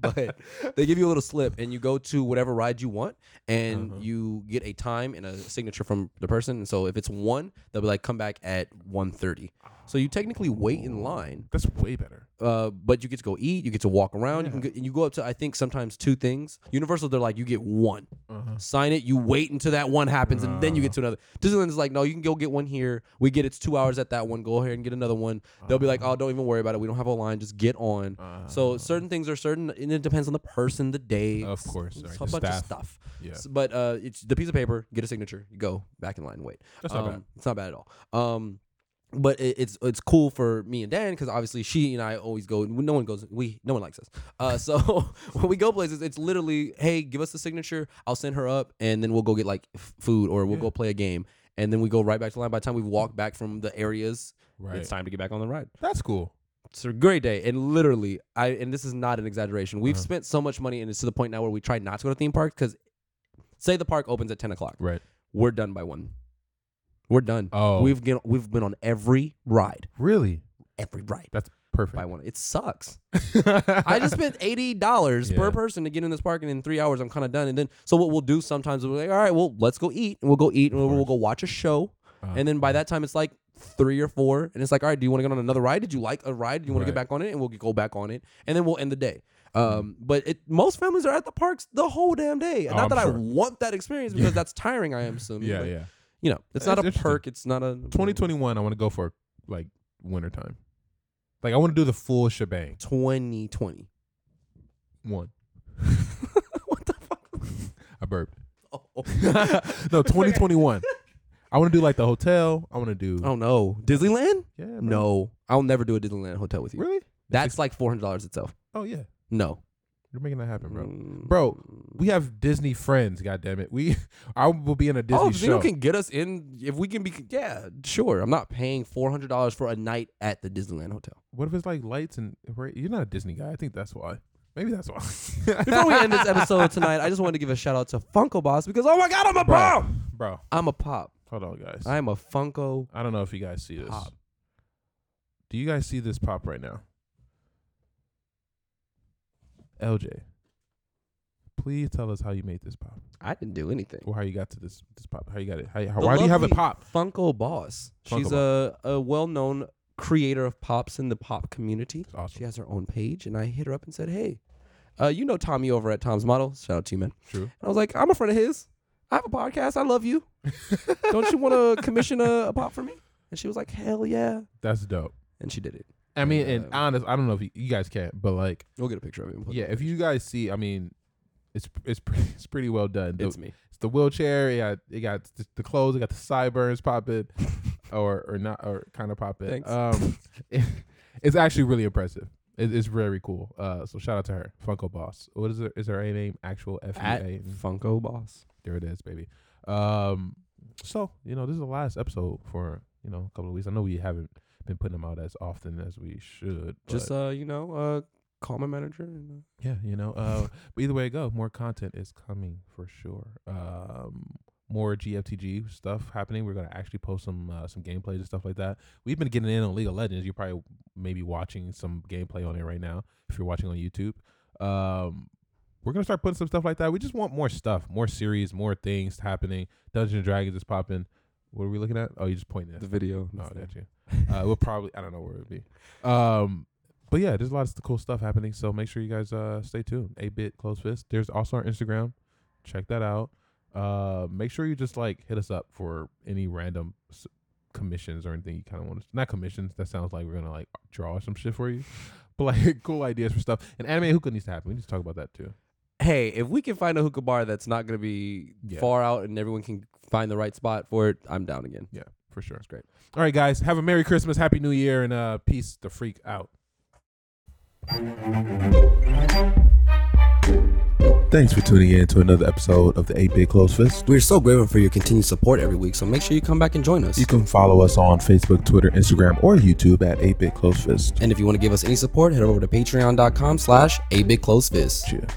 B: but they give you a little slip, and you go to whatever ride you want, and
A: Uh-huh.
B: you get a time and a signature from the person. And so if it's one, they'll be like, come back at 1.30. So you technically wait in line
A: That's way better.
B: uh, but you get to go eat, you get to walk around, you can get, and you go up to I think sometimes two things. Universal, they're like you get one,
A: Uh-huh.
B: sign it, you wait until that one happens, and then you get to another. Disneyland is like, no, you can go get one here. We get it's two hours at that one. Go here and get another one. They'll be like, oh, don't even worry about it. We don't have a line. Just get on.
A: Uh-huh.
B: so certain things are certain, and it depends on the person, the day,
A: Oh. Of course,
B: it's
A: right,
B: a
A: the
B: bunch of
A: staff.
B: stuff.
A: Yeah.
B: S- but uh, it's the piece of paper, get a signature, you go back in line, wait.
A: That's not
B: um,
A: bad.
B: It's not bad at all. Um, but it, it's it's cool for me and Dan because obviously she and I always go. No one goes. We no one likes us. Uh, *laughs* so when we go places, it's literally, hey, give us the signature. I'll send her up, and then we'll go get like f- food or we'll
A: Yeah.
B: go play a game, and then we go right back to line. By the time we walk back from the areas,
A: Right.
B: it's time to get back on the ride
A: That's cool.
B: it's a great day and literally i and this is not an exaggeration we've
A: Uh-huh.
B: spent so much money and it's to the point now where we try not to go to theme parks because say the park opens at 10 o'clock
A: Right.
B: we're done by one we're done
A: Oh.
B: we've get, we've been on every ride
A: Really?
B: every ride
A: That's perfect.
B: by one it sucks i
A: I *laughs*
B: just spent $80
A: Yeah.
B: per person to get in this park and in three hours i'm kind of done and then so what we'll do sometimes we'll be like all right well let's go eat and we'll go eat and we'll, we'll go watch a show
A: Uh-huh.
B: and then by that time, it's like three or four. And it's like, all right, do you want to get on another ride? Did you like a ride? Do you want to get
A: Right.
B: back on it? And we'll go back on it. And then we'll end the day. Um, but it, most families are at the parks the whole damn day.
A: Oh,
B: not
A: I'm
B: that I
A: sure.
B: want that experience because that's tiring, I am assuming.
A: yeah,
B: but,
A: yeah.
B: You know,
A: That's
B: it's not a
A: interesting.
B: perk. It's not a.
A: 2021. I want to go for like wintertime. Like I want to do the full shebang.
B: 2020.
A: One.
B: *laughs* what the fuck?
A: *laughs* I burped. *laughs*
B: *laughs* Oh,
A: no, 2021. I want to do like the hotel. I want to do.
B: oh no. Disneyland?
A: yeah. bro.
B: No. I'll never do a Disneyland hotel with you.
A: Really?
B: That's like $400 itself.
A: Oh yeah.
B: No. Mm.
A: You're making that happen, bro. Bro, We have Disney friends. God damn it. We *laughs* I will be in a Disney
B: oh, if
A: show.
B: Zeno can get us in. If we can be, yeah, sure. I'm not paying four hundred dollars for a night at the Disneyland hotel.
A: what if it's like lights and you're not a Disney guy? I think that's why. Maybe that's why.
B: Before we end this episode tonight, I just wanted to give a shout out to Funko Boss because oh my god, I'm a
A: bro,
B: pop.
A: bro,
B: I'm a pop.
A: hold on, guys. I,
B: I'm a Funko.
A: don't know if you guys see this.
B: Pop.
A: Do you guys see this pop right now? LJ, please tell us how you made this pop.
B: I didn't do anything.
A: Or how you got to this this pop? How you got it? How, how,
B: The
A: why do you have it
B: lovely
A: pop?
B: Funko Boss.
A: Funko
B: She's a, a well known creator of pops in the pop community.
A: It's awesome.
B: She has her own page, and I hit her up and said, "Hey, uh, you know Tommy over at Tom's Model? Shout out to you, man."
A: True.
B: And I was like, "I'm a friend of his. I have a podcast. I love you.
A: *laughs*
B: Don't you *laughs* want to commission a, a pop for me?" And she was like, "Hell yeah!"
A: That's dope.
B: And she did it.
A: I mean,
B: Um,
A: and honest, I don't know if you, you guys can't, but like,
B: We'll get a picture of it. and put it
A: yeah,
B: on
A: if
B: the
A: you guys see, I mean, it's it's pretty, *laughs* it's pretty well done.
B: page.
A: The,
B: it's me.
A: it's the wheelchair. It got it got th- the clothes. It got the sideburns pop
B: *laughs*
A: it, or or not or kind of pop it.
B: Thanks.
A: Um, *laughs* it- it's actually really impressive. It, it's very cool. Uh, so shout out to her, Funko Boss. What is her is her A name? Actual F U
B: At
A: A.
B: Funko Boss.
A: There it is, baby. Um, so you know this is the last episode for you know a couple of weeks. I know we haven't been putting them out as often as we should. But
B: Just uh, you know, uh, call my manager. And,
A: yeah, you know. Uh, but either way it go, more content is coming for sure. Um, more GFTG stuff happening. We're gonna actually post some uh, some gameplays and stuff like that. We've been getting in on League of Legends. You're probably maybe watching some gameplay on it right now if you're watching on YouTube. Um, we're gonna start putting some stuff like that. We just want more stuff, more series, more things happening. Dungeons and Dragons is popping. What are we looking at? Oh, you just pointing
B: uh,
A: at
B: the video.
A: no, I got you. Uh, we'll probably I don't know where it'd be. Um, but yeah, there's a lot of cool stuff happening. So make sure you guys uh stay tuned. A bit close fist. There's also our Instagram. Check that out. Uh, make sure you just like hit us up for any random s- commissions or anything you kind of want to. Not commissions. That sounds like we're gonna like draw some shit for you. *laughs* But like cool ideas for stuff. And anime hookah needs to happen. We need to talk about that too.
B: hey, if we can find a hookah bar that's not going to be
A: Yeah.
B: far out and everyone can find the right spot for it, I'm down again.
A: Yeah, for sure. It's
B: great.
A: All right, guys. Have a merry Christmas, happy New Year, and uh, peace. The freak out.
D: Thanks for tuning in to another episode of the 8 Bit Close Fist.
B: We're so grateful for your continued support every week, so make sure you come back and join us.
D: You can follow us on Facebook, Twitter, Instagram, or YouTube at 8 Bit Close Fist.
B: and if you want to give us any support, head over to patreon.com slash a big close fist.
D: Cheers.